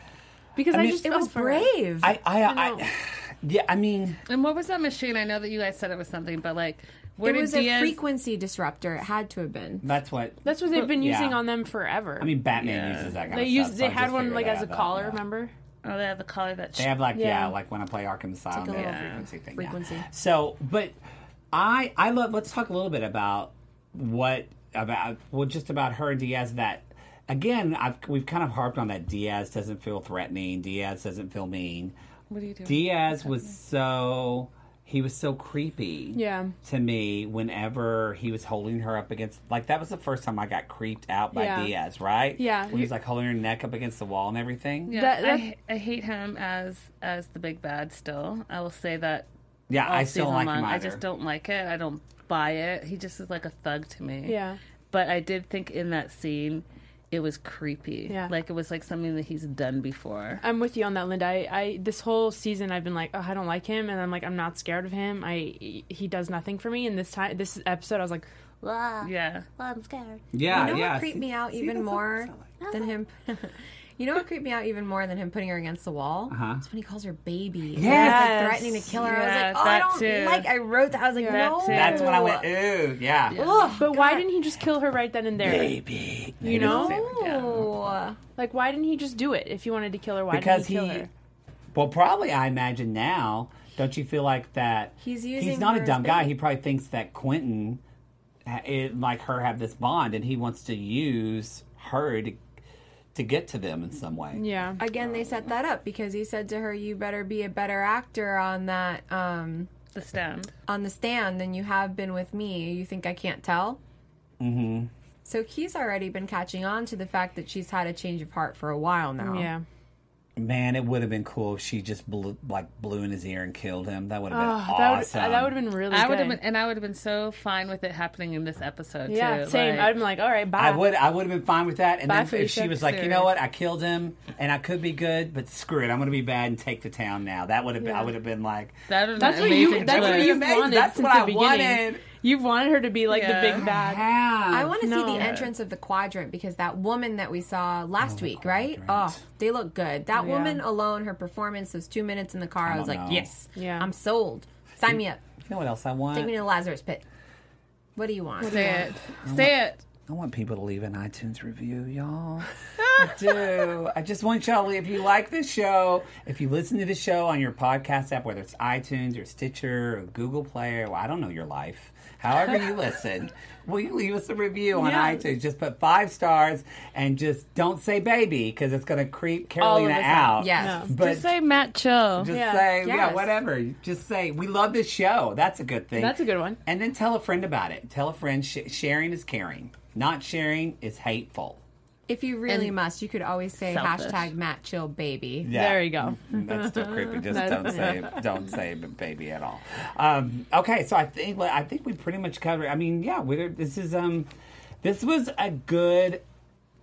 Speaker 5: Because I,
Speaker 2: mean,
Speaker 5: just
Speaker 6: It
Speaker 5: felt
Speaker 6: was
Speaker 5: for her.
Speaker 6: brave.
Speaker 2: I I, I,
Speaker 5: know.
Speaker 2: yeah. I mean,
Speaker 4: and what was that machine? I know that you guys said it was something, but like where
Speaker 6: it
Speaker 4: did
Speaker 6: was
Speaker 4: Diaz?
Speaker 6: a frequency disruptor. It had to have been.
Speaker 2: that's what.
Speaker 5: That's what they've been
Speaker 2: Yeah.
Speaker 5: using on them forever.
Speaker 2: I mean, Batman uses that kind
Speaker 5: they
Speaker 2: of
Speaker 5: used.
Speaker 2: stuff. so
Speaker 5: They
Speaker 2: I
Speaker 5: had
Speaker 2: just
Speaker 5: one
Speaker 2: figured
Speaker 5: like
Speaker 2: that
Speaker 5: as a
Speaker 2: out,
Speaker 5: collar.
Speaker 2: yeah.
Speaker 5: Remember?
Speaker 4: oh, they have the collar that.
Speaker 2: They have like yeah,
Speaker 5: Yeah.
Speaker 2: like when I play Arkham Asylum,
Speaker 6: a
Speaker 2: they have
Speaker 6: little
Speaker 2: a frequency thing. yeah.
Speaker 6: frequency.
Speaker 2: So, but I I love. Let's talk a little bit about what about well, just about her and Diaz. That again, I've we've kind of harped on that. Diaz doesn't feel threatening. Diaz doesn't feel mean. What
Speaker 4: are you doing?
Speaker 2: Diaz was so. he was so creepy
Speaker 5: Yeah.
Speaker 2: to me whenever he was holding her up against like that was the first time I got creeped out by
Speaker 5: Yeah.
Speaker 2: Diaz, right?
Speaker 5: Yeah.
Speaker 2: When he was like holding her neck up against the wall and everything.
Speaker 4: Yeah,
Speaker 5: That-
Speaker 4: I,
Speaker 5: that-
Speaker 4: h- I hate him as as the big bad. Still, I will say that.
Speaker 2: Yeah,
Speaker 4: all
Speaker 2: I still
Speaker 4: season
Speaker 2: don't like
Speaker 4: long.
Speaker 2: him
Speaker 4: I
Speaker 2: either.
Speaker 4: just don't like it. I don't buy it. He just is like a thug to me.
Speaker 5: Yeah.
Speaker 4: But I did think in that scene, it was creepy.
Speaker 5: Yeah.
Speaker 4: Like it was like something that he's done before.
Speaker 5: I'm with you on that, Linda. I, I this whole season I've been like, oh, I don't like him, and I'm like, I'm not scared of him. I he does nothing for me. And this time, this episode, I was like,
Speaker 8: Wow.
Speaker 4: Yeah.
Speaker 8: I'm scared.
Speaker 2: yeah,
Speaker 6: you know
Speaker 2: yeah.
Speaker 6: what creeped
Speaker 2: See-
Speaker 6: me out
Speaker 2: see,
Speaker 6: even
Speaker 2: that's what-
Speaker 6: more than him.
Speaker 2: uh-huh.
Speaker 6: you know what creeped me out even more than him putting her against the wall?
Speaker 2: Uh-huh.
Speaker 6: uh It's when he calls her baby. Yes. He's like
Speaker 5: Yes.
Speaker 6: threatening to kill her. I
Speaker 4: Yeah,
Speaker 6: was like, oh, I
Speaker 4: that
Speaker 6: don't
Speaker 4: too.
Speaker 6: like. I wrote that. I was like,
Speaker 4: that
Speaker 6: no.
Speaker 4: too.
Speaker 2: That's when I went, ooh, yeah.
Speaker 6: Ugh,
Speaker 5: but why didn't he just kill her right then and there?
Speaker 2: Baby. You
Speaker 5: know?
Speaker 6: no.
Speaker 5: Like, why didn't he just do it if he wanted to kill her? Why
Speaker 2: Because
Speaker 5: didn't he,
Speaker 2: he,
Speaker 5: kill her?
Speaker 2: well, probably I imagine now. Don't you feel like that?
Speaker 6: He's using
Speaker 2: not
Speaker 6: her
Speaker 2: a
Speaker 6: as
Speaker 2: dumb guy.
Speaker 6: bait.
Speaker 2: He probably thinks that Quentin, ha- it, like her, have this bond, and he wants to use her to, to get to them in some way.
Speaker 5: Yeah,
Speaker 6: Again, they set that up because he said to her, "You better be a better actor on that." um
Speaker 4: The stand.
Speaker 6: on the stand than you have been with me. You think I can't tell? Mm-hmm.
Speaker 2: Mm-hmm.
Speaker 6: So Key's already been catching on to the fact that she's had a change of heart for a while now.
Speaker 5: yeah.
Speaker 2: Man, it would have been cool if she just blew, like blew in his ear and killed him. That would have been
Speaker 5: Oh, that would
Speaker 2: awesome.
Speaker 5: that would have been really.
Speaker 4: I
Speaker 5: good.
Speaker 4: would have been, and I would have been so fine with it happening in this episode.
Speaker 5: Yeah,
Speaker 4: too.
Speaker 5: same.
Speaker 4: Like,
Speaker 5: I'd been like, all right, bye.
Speaker 2: I would I would have been fine with that. And
Speaker 5: Bye,
Speaker 2: then if
Speaker 5: Felicia.
Speaker 2: she was like, you know what, I killed him and I could be good, but screw it, I'm gonna be bad and take the town now. That would have been I would have been like
Speaker 4: that would have
Speaker 5: That's
Speaker 4: been
Speaker 5: what
Speaker 4: amazing
Speaker 5: you. That's what
Speaker 4: twist.
Speaker 5: you
Speaker 2: Amazing.
Speaker 5: wanted.
Speaker 2: That's
Speaker 5: since
Speaker 2: what I
Speaker 5: the beginning.
Speaker 2: wanted.
Speaker 5: You've wanted her to be like
Speaker 4: Yeah.
Speaker 5: the big bad.
Speaker 2: "How?"
Speaker 6: I want to
Speaker 5: No.
Speaker 6: see the entrance of the quadrant because that woman that we
Speaker 2: Oh,
Speaker 6: saw last week, right? Oh, they look good. That woman alone, her performance, those two minutes in the car, I, was
Speaker 2: don't
Speaker 6: like,
Speaker 2: know.
Speaker 6: yes,
Speaker 5: Yeah.
Speaker 6: I'm sold. Sign me up.
Speaker 2: You know what else I want?
Speaker 6: Take me to the Lazarus pit. What do you want?
Speaker 4: Say it. Say it.
Speaker 2: I want people to leave an iTunes review, y'all. I do. I just want y'all, to- if you like this show, if you listen to the show on your podcast app, whether it's iTunes or Stitcher or Google Play, or I don't know your life, however you listen, will you leave us a review on
Speaker 5: Yeah.
Speaker 2: iTunes? Just put five stars and just don't say baby because it's going to creep Carolina
Speaker 5: us out.
Speaker 2: out.
Speaker 6: Yes.
Speaker 2: But
Speaker 4: Just say Matt Cho.
Speaker 2: just
Speaker 5: Oh, Yeah.
Speaker 2: say, yeah,
Speaker 6: Yes.
Speaker 2: whatever. Just say, we love this show. That's a good thing.
Speaker 5: That's a good one.
Speaker 2: And then tell a friend about it. Tell a friend. Sh- sharing is caring. Not sharing is hateful.
Speaker 6: If you really must, you could always say
Speaker 4: Selfish.
Speaker 6: hashtag Matt Chill Baby.
Speaker 2: Yeah. Mm,
Speaker 5: There you go.
Speaker 2: That's still creepy. Just don't say don't say baby at all. Um, okay, so I think well, I think we pretty much covered. I mean, yeah, we this is um, this was a good.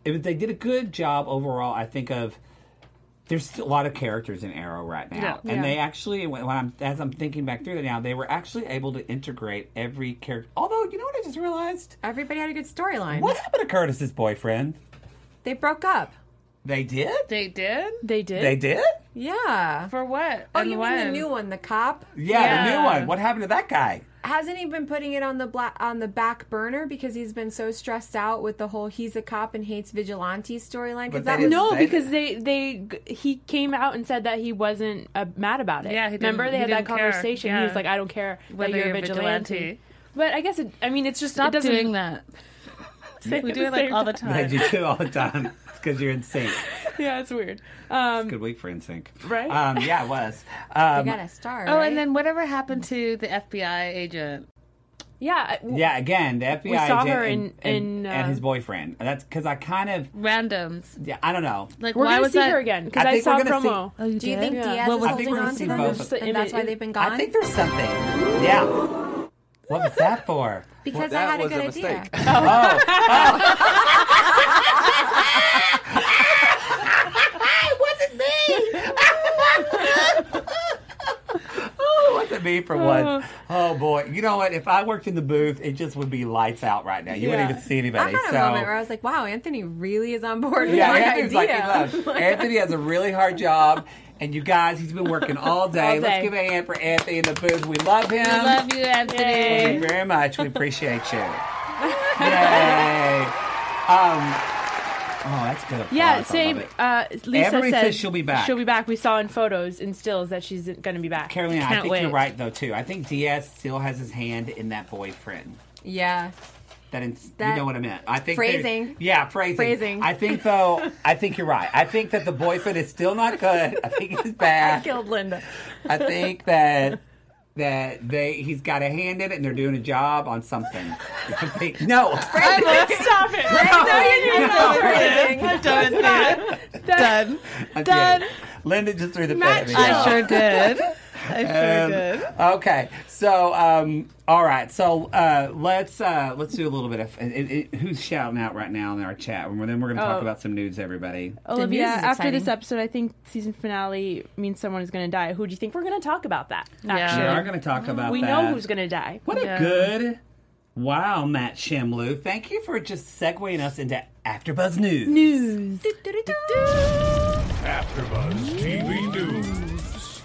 Speaker 2: It was, they did a good job overall. I think of there's still a lot of characters in Arrow right now,
Speaker 4: Yeah.
Speaker 2: and
Speaker 5: Yeah.
Speaker 2: they actually when when I'm as I'm thinking back through it now, they were actually able to integrate every character. Although you know what I just realized,
Speaker 6: Everybody had a good storyline.
Speaker 2: what happened to Curtis's boyfriend?
Speaker 6: They broke up.
Speaker 2: They did.
Speaker 4: They did
Speaker 5: They did.
Speaker 2: They did.
Speaker 6: Yeah.
Speaker 4: for what?
Speaker 6: Oh,
Speaker 4: and
Speaker 6: you
Speaker 4: when?
Speaker 6: mean the new one, the cop?
Speaker 2: Yeah, the new
Speaker 4: Yeah.
Speaker 2: one. What happened to that guy?
Speaker 6: Hasn't he been putting it on the bla- on the back burner because he's been so stressed out with the whole "he's a cop and hates vigilantes" storyline?
Speaker 2: But
Speaker 6: Because
Speaker 2: they
Speaker 6: that
Speaker 2: didn't
Speaker 5: No,
Speaker 2: say that.
Speaker 5: because they they he came out and said that he wasn't uh, mad about it.
Speaker 4: Yeah, he didn't-
Speaker 5: remember they
Speaker 4: he
Speaker 5: had that
Speaker 4: didn't care.
Speaker 5: conversation.
Speaker 4: Yeah.
Speaker 5: He was like, "I don't care
Speaker 4: Whether
Speaker 5: that you're,
Speaker 4: you're a
Speaker 5: a vigilante."
Speaker 4: vigilante.
Speaker 5: But I guess it, I mean it's just
Speaker 4: Stop
Speaker 5: it doesn't,
Speaker 4: doing that. We do it like all the time.
Speaker 2: that you do all the time because you're in sync.
Speaker 5: Yeah, it's weird. Um,
Speaker 2: Good week for in sync,
Speaker 5: Right?
Speaker 2: Um, yeah, it was.
Speaker 6: they
Speaker 2: Um,
Speaker 6: got a star.
Speaker 4: Oh,
Speaker 6: right?
Speaker 4: and then whatever happened to the FBI agent?
Speaker 5: yeah, I-
Speaker 2: yeah, again, the FBI
Speaker 5: saw
Speaker 2: agent
Speaker 5: her
Speaker 2: and,
Speaker 5: in-
Speaker 2: and,
Speaker 5: in, uh,
Speaker 2: and his boyfriend. That's because I kind of
Speaker 4: Randoms.
Speaker 2: yeah, I don't know.
Speaker 4: Like
Speaker 5: we're
Speaker 4: why
Speaker 5: gonna
Speaker 4: was
Speaker 5: see
Speaker 4: that?
Speaker 5: her again because
Speaker 2: I
Speaker 5: I,
Speaker 2: think
Speaker 5: saw
Speaker 2: we're
Speaker 5: a
Speaker 2: gonna see-
Speaker 5: promo.
Speaker 6: do you think
Speaker 5: Yeah.
Speaker 6: Diaz
Speaker 4: Well,
Speaker 6: is
Speaker 4: I
Speaker 2: think
Speaker 6: holding
Speaker 2: we're gonna
Speaker 6: on
Speaker 2: see
Speaker 6: to them,
Speaker 2: both
Speaker 5: of them.
Speaker 6: and that's why they've been gone?
Speaker 2: I think there's something. Yeah. What was that for?
Speaker 6: because
Speaker 9: that
Speaker 6: I had a
Speaker 9: was
Speaker 6: good
Speaker 9: a
Speaker 6: idea.
Speaker 9: mistake.
Speaker 2: Oh, what's it mean for
Speaker 5: Uh.
Speaker 2: once? Oh boy, you know what? If I worked in the booth, it just would be lights out right now. You wouldn't
Speaker 5: Yeah.
Speaker 2: even see
Speaker 6: I
Speaker 2: anybody.
Speaker 6: had a
Speaker 2: so
Speaker 6: moment where I was like, "Wow, Anthony really is on board with
Speaker 2: Yeah,
Speaker 6: my
Speaker 2: Anthony's like in
Speaker 6: idea."
Speaker 2: love. Anthony has a really hard job. And you guys, he's been working all day.
Speaker 5: All
Speaker 2: Let's
Speaker 5: day.
Speaker 2: give a hand for Anthony in the booth. We love him.
Speaker 4: I love you, Anthony.
Speaker 2: Thank you very much. We appreciate you. Yay. Um, oh, that's good. applause. I
Speaker 5: Yeah,
Speaker 2: love
Speaker 5: same.
Speaker 2: it.
Speaker 5: Uh, Lisa
Speaker 2: Emery
Speaker 5: said
Speaker 2: says she'll be back.
Speaker 5: She'll be back. We saw in photos and stills that she's going to be back.
Speaker 2: Carolina, I
Speaker 4: Can't
Speaker 2: think you're
Speaker 4: wait.
Speaker 2: right, though, too. I think Diaz still has his hand in that boyfriend.
Speaker 6: Yeah,
Speaker 2: That, ins- you
Speaker 6: That-
Speaker 2: know what I meant. I think there-
Speaker 6: Phrasing.
Speaker 2: Yeah, phrasing.
Speaker 6: Phrasing.
Speaker 2: I think though. I think you're right. I think that the boyfriend is still not good. I think he's bad.
Speaker 6: killed Linda.
Speaker 2: I think that that they he's got a hand in it and they're doing a job on something. no,
Speaker 5: Stop it.
Speaker 4: I'm done. dude. Done.
Speaker 2: I did.
Speaker 4: Done.
Speaker 2: Linda just threw the pen
Speaker 5: Matt
Speaker 2: at me.
Speaker 4: I sure did. I sure
Speaker 2: Um,
Speaker 4: did.
Speaker 2: okay, so um, all right, so uh, let's uh, let's do a little bit of it, it, who's shouting out right now in our chat, and then we're going to talk
Speaker 5: Oh.
Speaker 2: about some nudes, everybody.
Speaker 5: Olivia,
Speaker 6: news is
Speaker 5: after this
Speaker 6: exciting.
Speaker 5: episode, I think season finale means someone is going to die. Who do you think we're going to talk about that?
Speaker 2: We
Speaker 5: Actually,
Speaker 2: are going to talk about.
Speaker 5: Um, we
Speaker 2: that.
Speaker 5: know who's going to die.
Speaker 2: What a
Speaker 4: Yeah.
Speaker 2: good. Wow, Matt Shamlu. Thank you for just segueing us into AfterBuzz News.
Speaker 5: News.
Speaker 3: AfterBuzz TV News.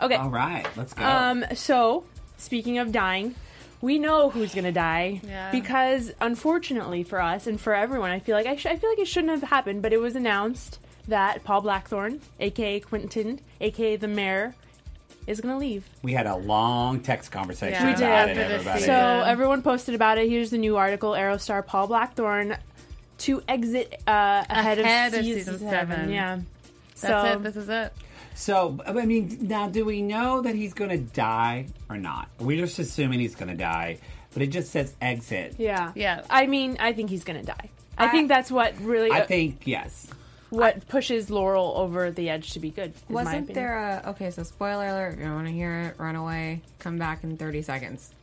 Speaker 5: Okay.
Speaker 2: All right, let's go.
Speaker 5: Um. So, speaking of dying, we know who's gonna die
Speaker 4: Yeah.
Speaker 5: because, unfortunately for us and for everyone, I feel like I, sh- I feel like it shouldn't have happened, but it was announced that Paul Blackthorne, aka Quentin, aka the Mayor, is gonna leave.
Speaker 2: we had a long text conversation
Speaker 4: Yeah. We did
Speaker 2: about it,
Speaker 4: after this
Speaker 2: everybody.
Speaker 5: So
Speaker 4: season. Yeah.
Speaker 5: everyone posted about it. Here's the new article: Aerostar Paul Blackthorne to exit uh, ahead,
Speaker 4: Ahead
Speaker 5: of,
Speaker 4: of
Speaker 5: season,
Speaker 4: season
Speaker 5: seven.
Speaker 4: seven.
Speaker 5: Yeah.
Speaker 4: That's
Speaker 5: so
Speaker 4: it. This is it.
Speaker 2: So, I mean, now do we know that he's going to die or not? We're just assuming he's going to die, but it just says exit.
Speaker 5: yeah,
Speaker 4: Yeah.
Speaker 5: I mean, I think he's gonna die. I, think that's what really
Speaker 2: I think yes.
Speaker 5: what pushes Laurel over the edge to be good. Is my
Speaker 6: Wasn't
Speaker 5: opinion.
Speaker 6: there a okay? So spoiler alert. If you don't want to hear it, run away. Come back in thirty seconds.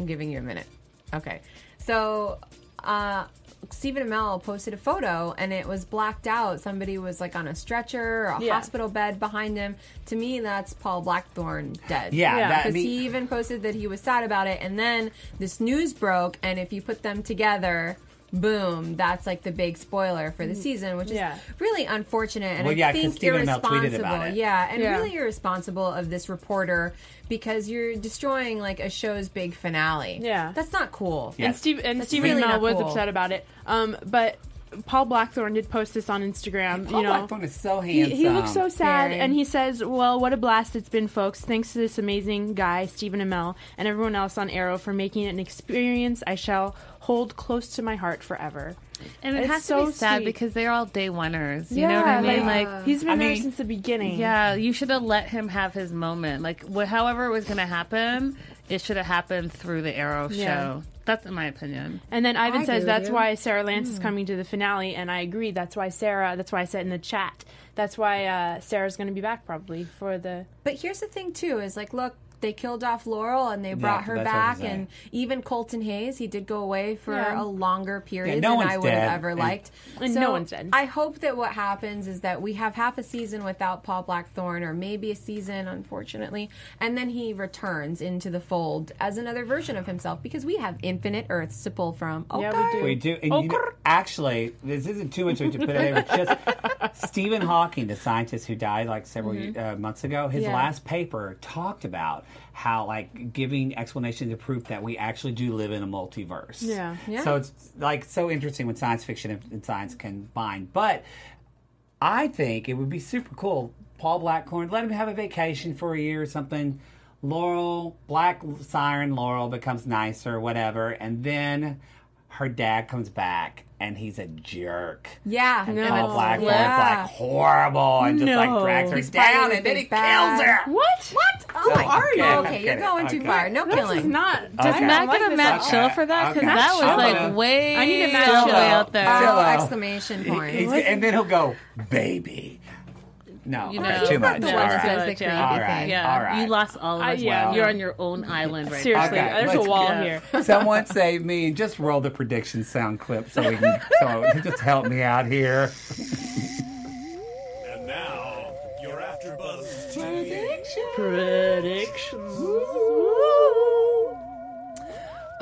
Speaker 6: I'm giving you a minute. Okay. So, uh, Stephen Amell posted a photo, and it was blacked out. Somebody was like on a stretcher, or a
Speaker 5: Yeah.
Speaker 6: hospital bed behind him. To me, that's Paul Blackthorne dead.
Speaker 2: Yeah,
Speaker 5: Yeah,
Speaker 2: that, I
Speaker 6: Because
Speaker 2: mean,
Speaker 6: he even posted that he was sad about it, and then this news broke, and if you put them together, boom, that's like the big spoiler for the season, which is
Speaker 5: Yeah.
Speaker 6: really unfortunate. And
Speaker 2: Mm, Well,
Speaker 6: I
Speaker 2: yeah, 'cause
Speaker 6: think
Speaker 2: Stephen Amell
Speaker 6: irresponsible.
Speaker 2: tweeted about it.
Speaker 6: Yeah, and
Speaker 5: Yeah.
Speaker 6: really irresponsible of this reporter because you're destroying like a show's big finale.
Speaker 5: Yeah.
Speaker 6: that's not cool.
Speaker 2: Yeah.
Speaker 5: And Steve and
Speaker 6: That's
Speaker 5: Stephen
Speaker 6: really
Speaker 5: Amell
Speaker 6: not
Speaker 5: was
Speaker 6: cool.
Speaker 5: upset about it. Um, but Paul Blackthorne did post this on Instagram.
Speaker 2: Paul
Speaker 5: you know,
Speaker 2: Blackthorne oh, is so
Speaker 5: he,
Speaker 2: handsome.
Speaker 5: he looks so sad,
Speaker 6: Very.
Speaker 5: and he says, "Well, what a blast it's been, folks! Thanks to this amazing guy, Stephen Amell, and everyone else on Arrow for making it an experience I shall hold close to my heart forever."
Speaker 4: And it
Speaker 5: It's
Speaker 4: has to
Speaker 5: so
Speaker 4: be sad
Speaker 5: sweet.
Speaker 4: because they're all day winners. You know what I mean? Like,
Speaker 5: he's been
Speaker 2: I
Speaker 5: there
Speaker 2: mean-
Speaker 5: since the beginning.
Speaker 4: yeah, you should have let him have his moment. Like, wh- however it was going to happen, it should have happened through the Arrow show.
Speaker 5: Yeah.
Speaker 4: That's in my opinion.
Speaker 5: And then Ivan
Speaker 6: I agree
Speaker 5: says
Speaker 6: with
Speaker 5: that's
Speaker 6: you.
Speaker 5: why Sarah Lance
Speaker 4: Hmm.
Speaker 5: is coming to the finale, and I agree. That's why Sarah. That's why I said in the chat. That's why uh, Sarah's going to be back probably for the
Speaker 6: But here's the thing too: is like, look, they killed off Laurel and they brought her
Speaker 2: that's what I was
Speaker 6: back,
Speaker 2: saying.
Speaker 6: and even Colton Hayes, he did go away for
Speaker 5: Yeah.
Speaker 6: a longer period
Speaker 2: Yeah, no
Speaker 6: than
Speaker 2: one's
Speaker 6: I would
Speaker 2: dead,
Speaker 6: have ever
Speaker 2: and-
Speaker 6: liked.
Speaker 5: And no one's dead.
Speaker 6: I hope that what happens is that we have half a season without Paul Blackthorne, or maybe a season, unfortunately, and then he returns into the fold as another version of himself because we have infinite Earths to pull from. Okay.
Speaker 5: Yeah, we do.
Speaker 2: We do. And you know, actually, this isn't too much to put in there. but Just Stephen Hawking, the scientist who died like several uh, months ago, his
Speaker 5: Mm-hmm. Yeah.
Speaker 2: last paper talked about how like giving explanation to proof that we actually do live in a multiverse.
Speaker 5: Yeah.
Speaker 6: Yeah.
Speaker 2: So it's like so interesting when science fiction and, and science combine. But I think it would be super cool. Paul Blackcorn, let him have a vacation for a year or something. Laurel, Black Siren Laurel becomes nicer, whatever, and then her dad comes back and he's a jerk.
Speaker 6: Yeah, no.
Speaker 2: Paul Blackcorn's
Speaker 6: Yeah.
Speaker 2: like horrible and just
Speaker 5: No.
Speaker 2: like drags her
Speaker 6: He's
Speaker 2: down
Speaker 6: probably
Speaker 2: and then he
Speaker 6: big bad.
Speaker 2: kills her.
Speaker 5: What?
Speaker 6: What? Oh,
Speaker 2: I'm
Speaker 6: are you?
Speaker 2: kidding, I'm
Speaker 6: Okay, you're
Speaker 2: kidding,
Speaker 6: going too
Speaker 2: I'm
Speaker 6: far. No
Speaker 5: This is
Speaker 6: killing.
Speaker 5: not.
Speaker 2: Does
Speaker 5: I
Speaker 2: Okay.
Speaker 5: don't
Speaker 4: Not
Speaker 5: like
Speaker 4: gonna
Speaker 5: this
Speaker 4: Matt
Speaker 5: outfit.
Speaker 4: chill for that because
Speaker 2: Okay.
Speaker 4: that was
Speaker 2: I'm
Speaker 4: like
Speaker 2: gonna-
Speaker 4: way
Speaker 5: I need a Matt
Speaker 4: chill
Speaker 5: Chill
Speaker 4: out there.
Speaker 2: Chill
Speaker 6: Oh,
Speaker 2: out.
Speaker 6: exclamation
Speaker 2: He-
Speaker 6: point.
Speaker 2: he's- and then he'll go, baby. No,
Speaker 4: You
Speaker 2: okay,
Speaker 4: know,
Speaker 2: too
Speaker 6: not
Speaker 2: much.
Speaker 6: the
Speaker 2: All
Speaker 6: one that
Speaker 2: right.
Speaker 6: says the creepy
Speaker 4: Yeah.
Speaker 2: All right.
Speaker 6: thing.
Speaker 4: yeah,
Speaker 2: All right.
Speaker 4: you lost all of
Speaker 5: I-
Speaker 4: us.
Speaker 5: yeah.
Speaker 4: You're on your own island right
Speaker 5: Seriously,
Speaker 4: now.
Speaker 5: there's a
Speaker 2: let's
Speaker 5: wall
Speaker 2: go.
Speaker 5: here.
Speaker 2: Someone save me and just roll the prediction sound clip so we can so you just help me out here.
Speaker 3: And now, your AfterBuzz TV.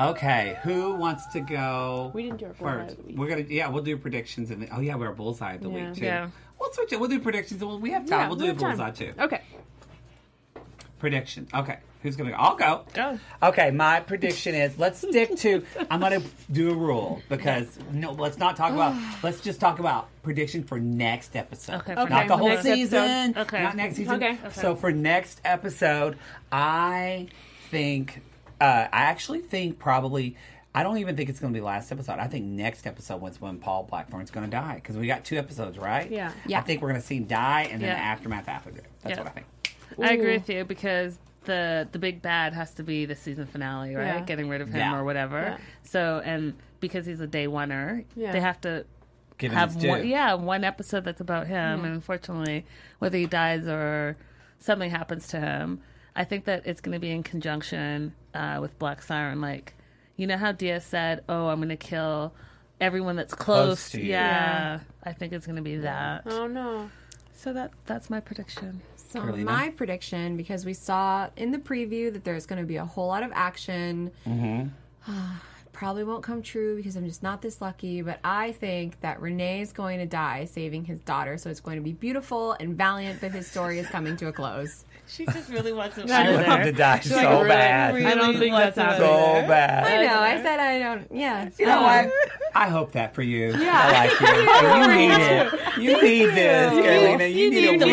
Speaker 2: Okay, who wants to go?
Speaker 5: We didn't do our bullseye
Speaker 2: first.
Speaker 5: of the week.
Speaker 2: We're gonna yeah, we'll do predictions and oh yeah, we're bullseye of the
Speaker 5: Yeah.
Speaker 2: week too.
Speaker 4: Yeah.
Speaker 2: We'll switch it. We'll do predictions and when we have time,
Speaker 5: Yeah,
Speaker 2: we'll
Speaker 5: we
Speaker 2: do
Speaker 5: have time.
Speaker 2: bullseye too.
Speaker 5: Okay.
Speaker 2: Prediction. Okay, who's gonna go? I'll go.
Speaker 5: Go.
Speaker 2: Okay, my prediction is let's stick to. I'm gonna do a rule because no, let's not talk about. Let's just talk about prediction for next episode.
Speaker 4: Okay,
Speaker 2: not
Speaker 4: for
Speaker 2: the
Speaker 4: next
Speaker 2: whole
Speaker 5: episode.
Speaker 2: season.
Speaker 4: Okay.
Speaker 2: Not next season.
Speaker 5: Okay.
Speaker 2: So for next episode, I think. Uh, I actually think probably. I don't even think it's going to be last episode. I think next episode was when Paul Blackthorne's going to die because we got two episodes, right?
Speaker 5: Yeah.
Speaker 6: Yeah.
Speaker 2: I think we're going to see him die and then
Speaker 4: Yeah.
Speaker 2: the aftermath after that. That's
Speaker 4: Yeah.
Speaker 2: what I think.
Speaker 4: I agree with you because
Speaker 8: the the big bad has to be the season finale, right?
Speaker 5: Yeah.
Speaker 8: Getting rid of him
Speaker 2: Yeah.
Speaker 8: or whatever.
Speaker 5: Yeah.
Speaker 8: So and because he's a day oneer,
Speaker 5: Yeah.
Speaker 8: they have to
Speaker 2: Give him his
Speaker 8: have
Speaker 2: due.
Speaker 8: one, yeah one episode that's about him. And unfortunately, whether he dies or something happens to him, I think that it's going to be in conjunction uh, with Black Siren. Like you know how Diaz said, "Oh, I'm going to kill." Everyone that's close,
Speaker 2: to you.
Speaker 8: yeah, I think it's going to be that.
Speaker 5: Oh no.
Speaker 8: So that that's my prediction.
Speaker 6: So my prediction, because we saw in the preview that there's going to be a whole lot of action. Mm-hmm. Probably won't come true because I'm just not this lucky, but I think that Renee is going to die saving his daughter. So it's going to be beautiful and valiant, but his story is coming to a close.
Speaker 8: She just really wants to.
Speaker 2: I would love to die so bad.
Speaker 5: I don't think that's happening.
Speaker 2: so
Speaker 6: I
Speaker 2: bad.
Speaker 6: know. I said I don't. Yeah. Um,
Speaker 2: You know what? I hope that for you. I like you. you need it. You need this, Carolina. You, need,
Speaker 5: need
Speaker 2: a
Speaker 5: to
Speaker 2: win.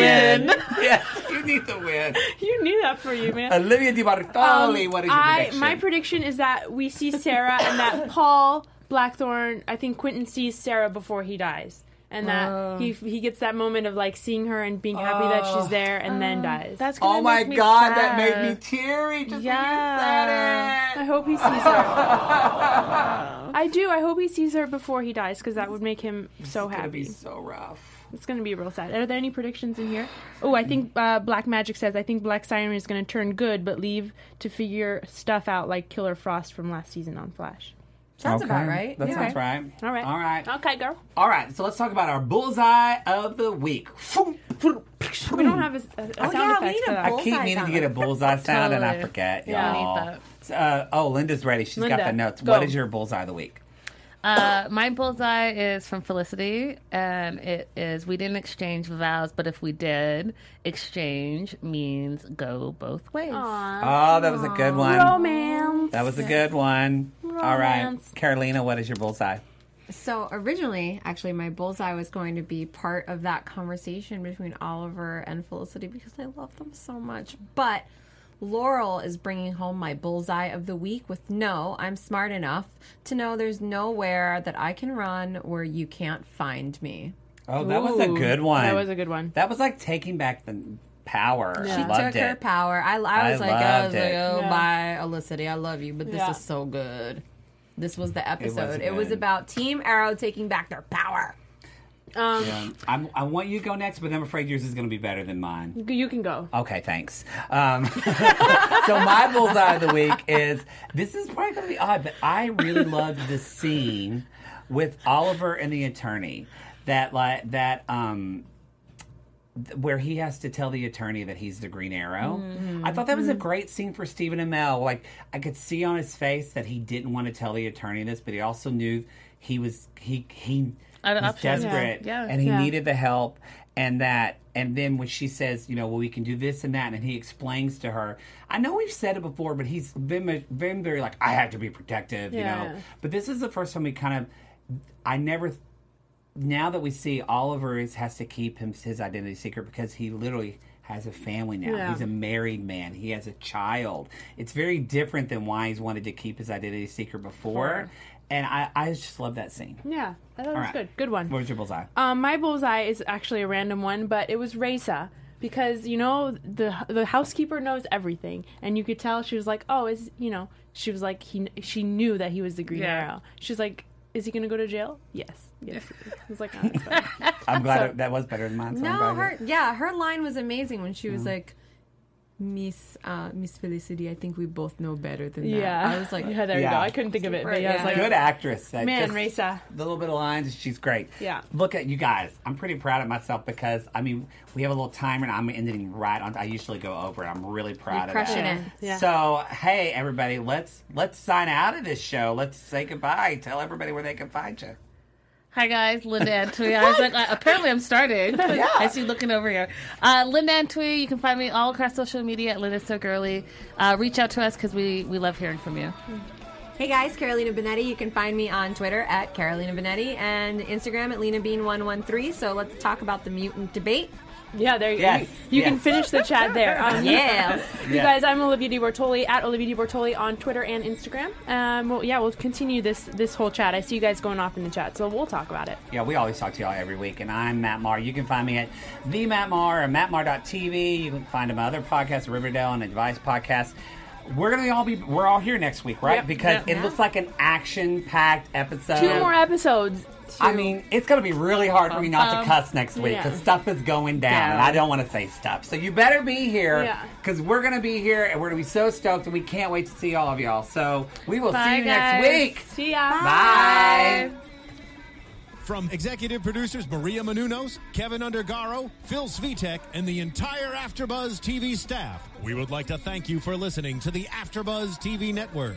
Speaker 2: yeah, you need the win.
Speaker 5: You knew that for you, man.
Speaker 2: Olivia Di Bartoli,
Speaker 5: Um,
Speaker 2: what is your
Speaker 5: I,
Speaker 2: prediction?
Speaker 5: My prediction is that we see Sarah and that Paul Blackthorne, I think Quentin sees Sarah before he dies. And that he he gets that moment of like seeing her and being happy that she's there and then dies.
Speaker 8: That's gonna
Speaker 2: oh my
Speaker 8: make me
Speaker 2: God,
Speaker 8: sad.
Speaker 2: that made me teary just
Speaker 8: Yeah.
Speaker 2: when
Speaker 5: I
Speaker 2: you said it.
Speaker 5: hope he sees her. I do. I hope he sees her before he dies because that would make him so
Speaker 2: It's gonna
Speaker 5: happy.
Speaker 2: be so rough.
Speaker 5: It's gonna be real sad. Are there any predictions in here? Oh, I think uh, Black Magic says I think Black Siren is gonna turn good, but leave to figure stuff out like Killer Frost from last season on Flash.
Speaker 6: Sounds about right.
Speaker 2: That
Speaker 6: yeah.
Speaker 2: sounds right.
Speaker 5: All right.
Speaker 2: All right.
Speaker 5: Okay, girl.
Speaker 2: All right. So let's talk about our bullseye of the week.
Speaker 5: We don't have a, a, a sound
Speaker 6: yeah,
Speaker 5: effect
Speaker 6: we need
Speaker 5: for
Speaker 6: a
Speaker 5: that.
Speaker 2: I keep
Speaker 6: Bullseye
Speaker 2: meaning to
Speaker 6: sound.
Speaker 2: get a bullseye sound and I
Speaker 8: Totally.
Speaker 2: forget,
Speaker 8: Yeah. I
Speaker 2: y'all.
Speaker 8: need
Speaker 2: Uh, oh, Linda's ready. She's
Speaker 5: Linda,
Speaker 2: got the notes.
Speaker 5: go.
Speaker 2: What is your bullseye of the week?
Speaker 8: Uh, my bullseye is from Felicity, and it is we didn't exchange vows, but if we did, exchange means go both ways.
Speaker 2: Oh, that was a good one.
Speaker 5: Romance.
Speaker 2: That was a good one. All right.
Speaker 5: Romance.
Speaker 2: Carolina, what is your bullseye?
Speaker 6: So originally, actually, my bullseye was going to be part of that conversation between Oliver and Felicity because I love them so much. But Laurel is bringing home my bullseye of the week with no, I'm smart enough to know there's nowhere that I can run where you can't find me.
Speaker 2: Oh, that was a
Speaker 5: Ooh,
Speaker 2: good one.
Speaker 5: that was a good one.
Speaker 2: That was like taking back the power.
Speaker 6: She
Speaker 2: I loved
Speaker 6: took her
Speaker 2: it.
Speaker 6: power. I, I
Speaker 2: I
Speaker 6: was like, I was
Speaker 2: loved
Speaker 6: like,
Speaker 2: it.
Speaker 6: oh,
Speaker 5: Yeah.
Speaker 6: bye, Felicity, I love you, but this
Speaker 5: Yeah.
Speaker 6: is so good. This was the episode. It was
Speaker 2: good.
Speaker 6: about Team Arrow taking back their power.
Speaker 2: Yeah. I'm, I want you to go next, but I'm afraid yours is going to be better than mine.
Speaker 5: You can go.
Speaker 2: Okay, thanks. Um, so my bullseye of the week is this is probably going to be odd, but I really loved the scene with Oliver and the attorney that like that um th- where he has to tell the attorney that he's the Green Arrow. I thought that was a great scene for Stephen Amell. Like I could see on his face that he didn't want to tell the attorney this, but he also knew he was he he
Speaker 8: Out of
Speaker 2: was
Speaker 8: options. Yeah.
Speaker 2: desperate
Speaker 8: Yeah.
Speaker 2: and he
Speaker 5: Yeah.
Speaker 2: needed the help and that and then when she says you know well we can do this and that and he explains to her i know we've said it before but he's been, mu- been very like i have to be protective you
Speaker 5: Yeah.
Speaker 2: know but this is the first time we kind of i never now that we see Oliver is, has to keep him, his identity secret because he literally has a family now.
Speaker 5: Yeah.
Speaker 2: He's a married man. He has a child. It's very different than why he's wanted to keep his identity secret before. And I, I just love that scene.
Speaker 5: Yeah, I thought it was
Speaker 2: right.
Speaker 5: good. Good one.
Speaker 2: What was your bullseye?
Speaker 5: Um, my bullseye is actually a random one, but it was Raisa because you know the the housekeeper knows everything, and you could tell she was like, "Oh, is you know?" She was like, "He." She knew that he was the Green
Speaker 8: Yeah.
Speaker 5: Arrow. She's like, "Is he gonna go to jail?" Yes. Yes. I was like, oh, that's fine.
Speaker 2: I'm glad that was better than mine. So I'm
Speaker 6: No,
Speaker 2: glad
Speaker 6: her
Speaker 2: that-
Speaker 6: yeah, her line was amazing when she was like, "Miss uh, Miss Felicity, I think we both know better than that."
Speaker 5: yeah.
Speaker 6: I was like,
Speaker 5: "Yeah, there
Speaker 2: Yeah.
Speaker 5: you go." I couldn't think of it, but yeah, I was
Speaker 6: Yeah.
Speaker 5: like,
Speaker 2: good actress. That
Speaker 5: Man,
Speaker 2: just-
Speaker 5: Raisa.
Speaker 2: A little bit of lines. She's great.
Speaker 5: Yeah.
Speaker 2: Look at you guys. I'm pretty proud of myself because I mean we have a little timer and I'm ending right on. I usually go over. I'm really proud
Speaker 6: You're
Speaker 2: of that.
Speaker 6: crushing it.
Speaker 5: Yeah.
Speaker 2: So hey everybody, let's let's sign out of this show. Let's say goodbye. Tell everybody where they can find you.
Speaker 8: Hi guys, Linda and Tui. I was like, uh, apparently I'm starting. I see you looking over here. Uh, Linda and Tui, you can find me all across social media at Linda So Girly. Uh, reach out to us because we we love hearing from you.
Speaker 6: "Hey guys, Carolina Benetti. You can find me on Twitter at Carolina Benetti and Instagram at Lena Bean one one three. So let's talk about the mutant debate.
Speaker 5: Yeah, there
Speaker 2: Yes,
Speaker 5: you, you can
Speaker 2: yes.
Speaker 5: finish the chat there. Um,
Speaker 6: Yes.
Speaker 5: You guys, I'm Olivia Di Bortoli at Olivia Di Bortoli on Twitter and Instagram. Um, well, yeah, we'll continue this this whole chat. I see you guys going off in the chat, so we'll talk about it.
Speaker 2: Yeah, we always talk to y'all every week, and I'm Matt Marr. You can find me at the Matt Marr or mattmarr.tv. You can find my other podcast, Riverdale and Advice Podcast. We're gonna all be we're all here next week, right?
Speaker 5: Yep.
Speaker 2: because
Speaker 5: Yeah.
Speaker 2: it looks like an action-packed episode.
Speaker 5: Two more episodes.
Speaker 2: I mean, it's gonna be really hard for me not to cuss next week because
Speaker 5: Um, Yeah.
Speaker 2: stuff is going down, and I don't want to say stuff. So you better be here
Speaker 5: Yeah.
Speaker 2: because we're gonna be here, and we're gonna be so stoked, and we can't wait to see all of y'all. So we will see
Speaker 4: Bye,
Speaker 2: you next
Speaker 4: guys.
Speaker 2: week.
Speaker 5: See ya.
Speaker 2: Bye.
Speaker 3: From executive producers Maria Manunos, Kevin Undergaro, Phil Svitek, and the entire AfterBuzz TV staff, we would like to thank you for listening to the AfterBuzz TV network.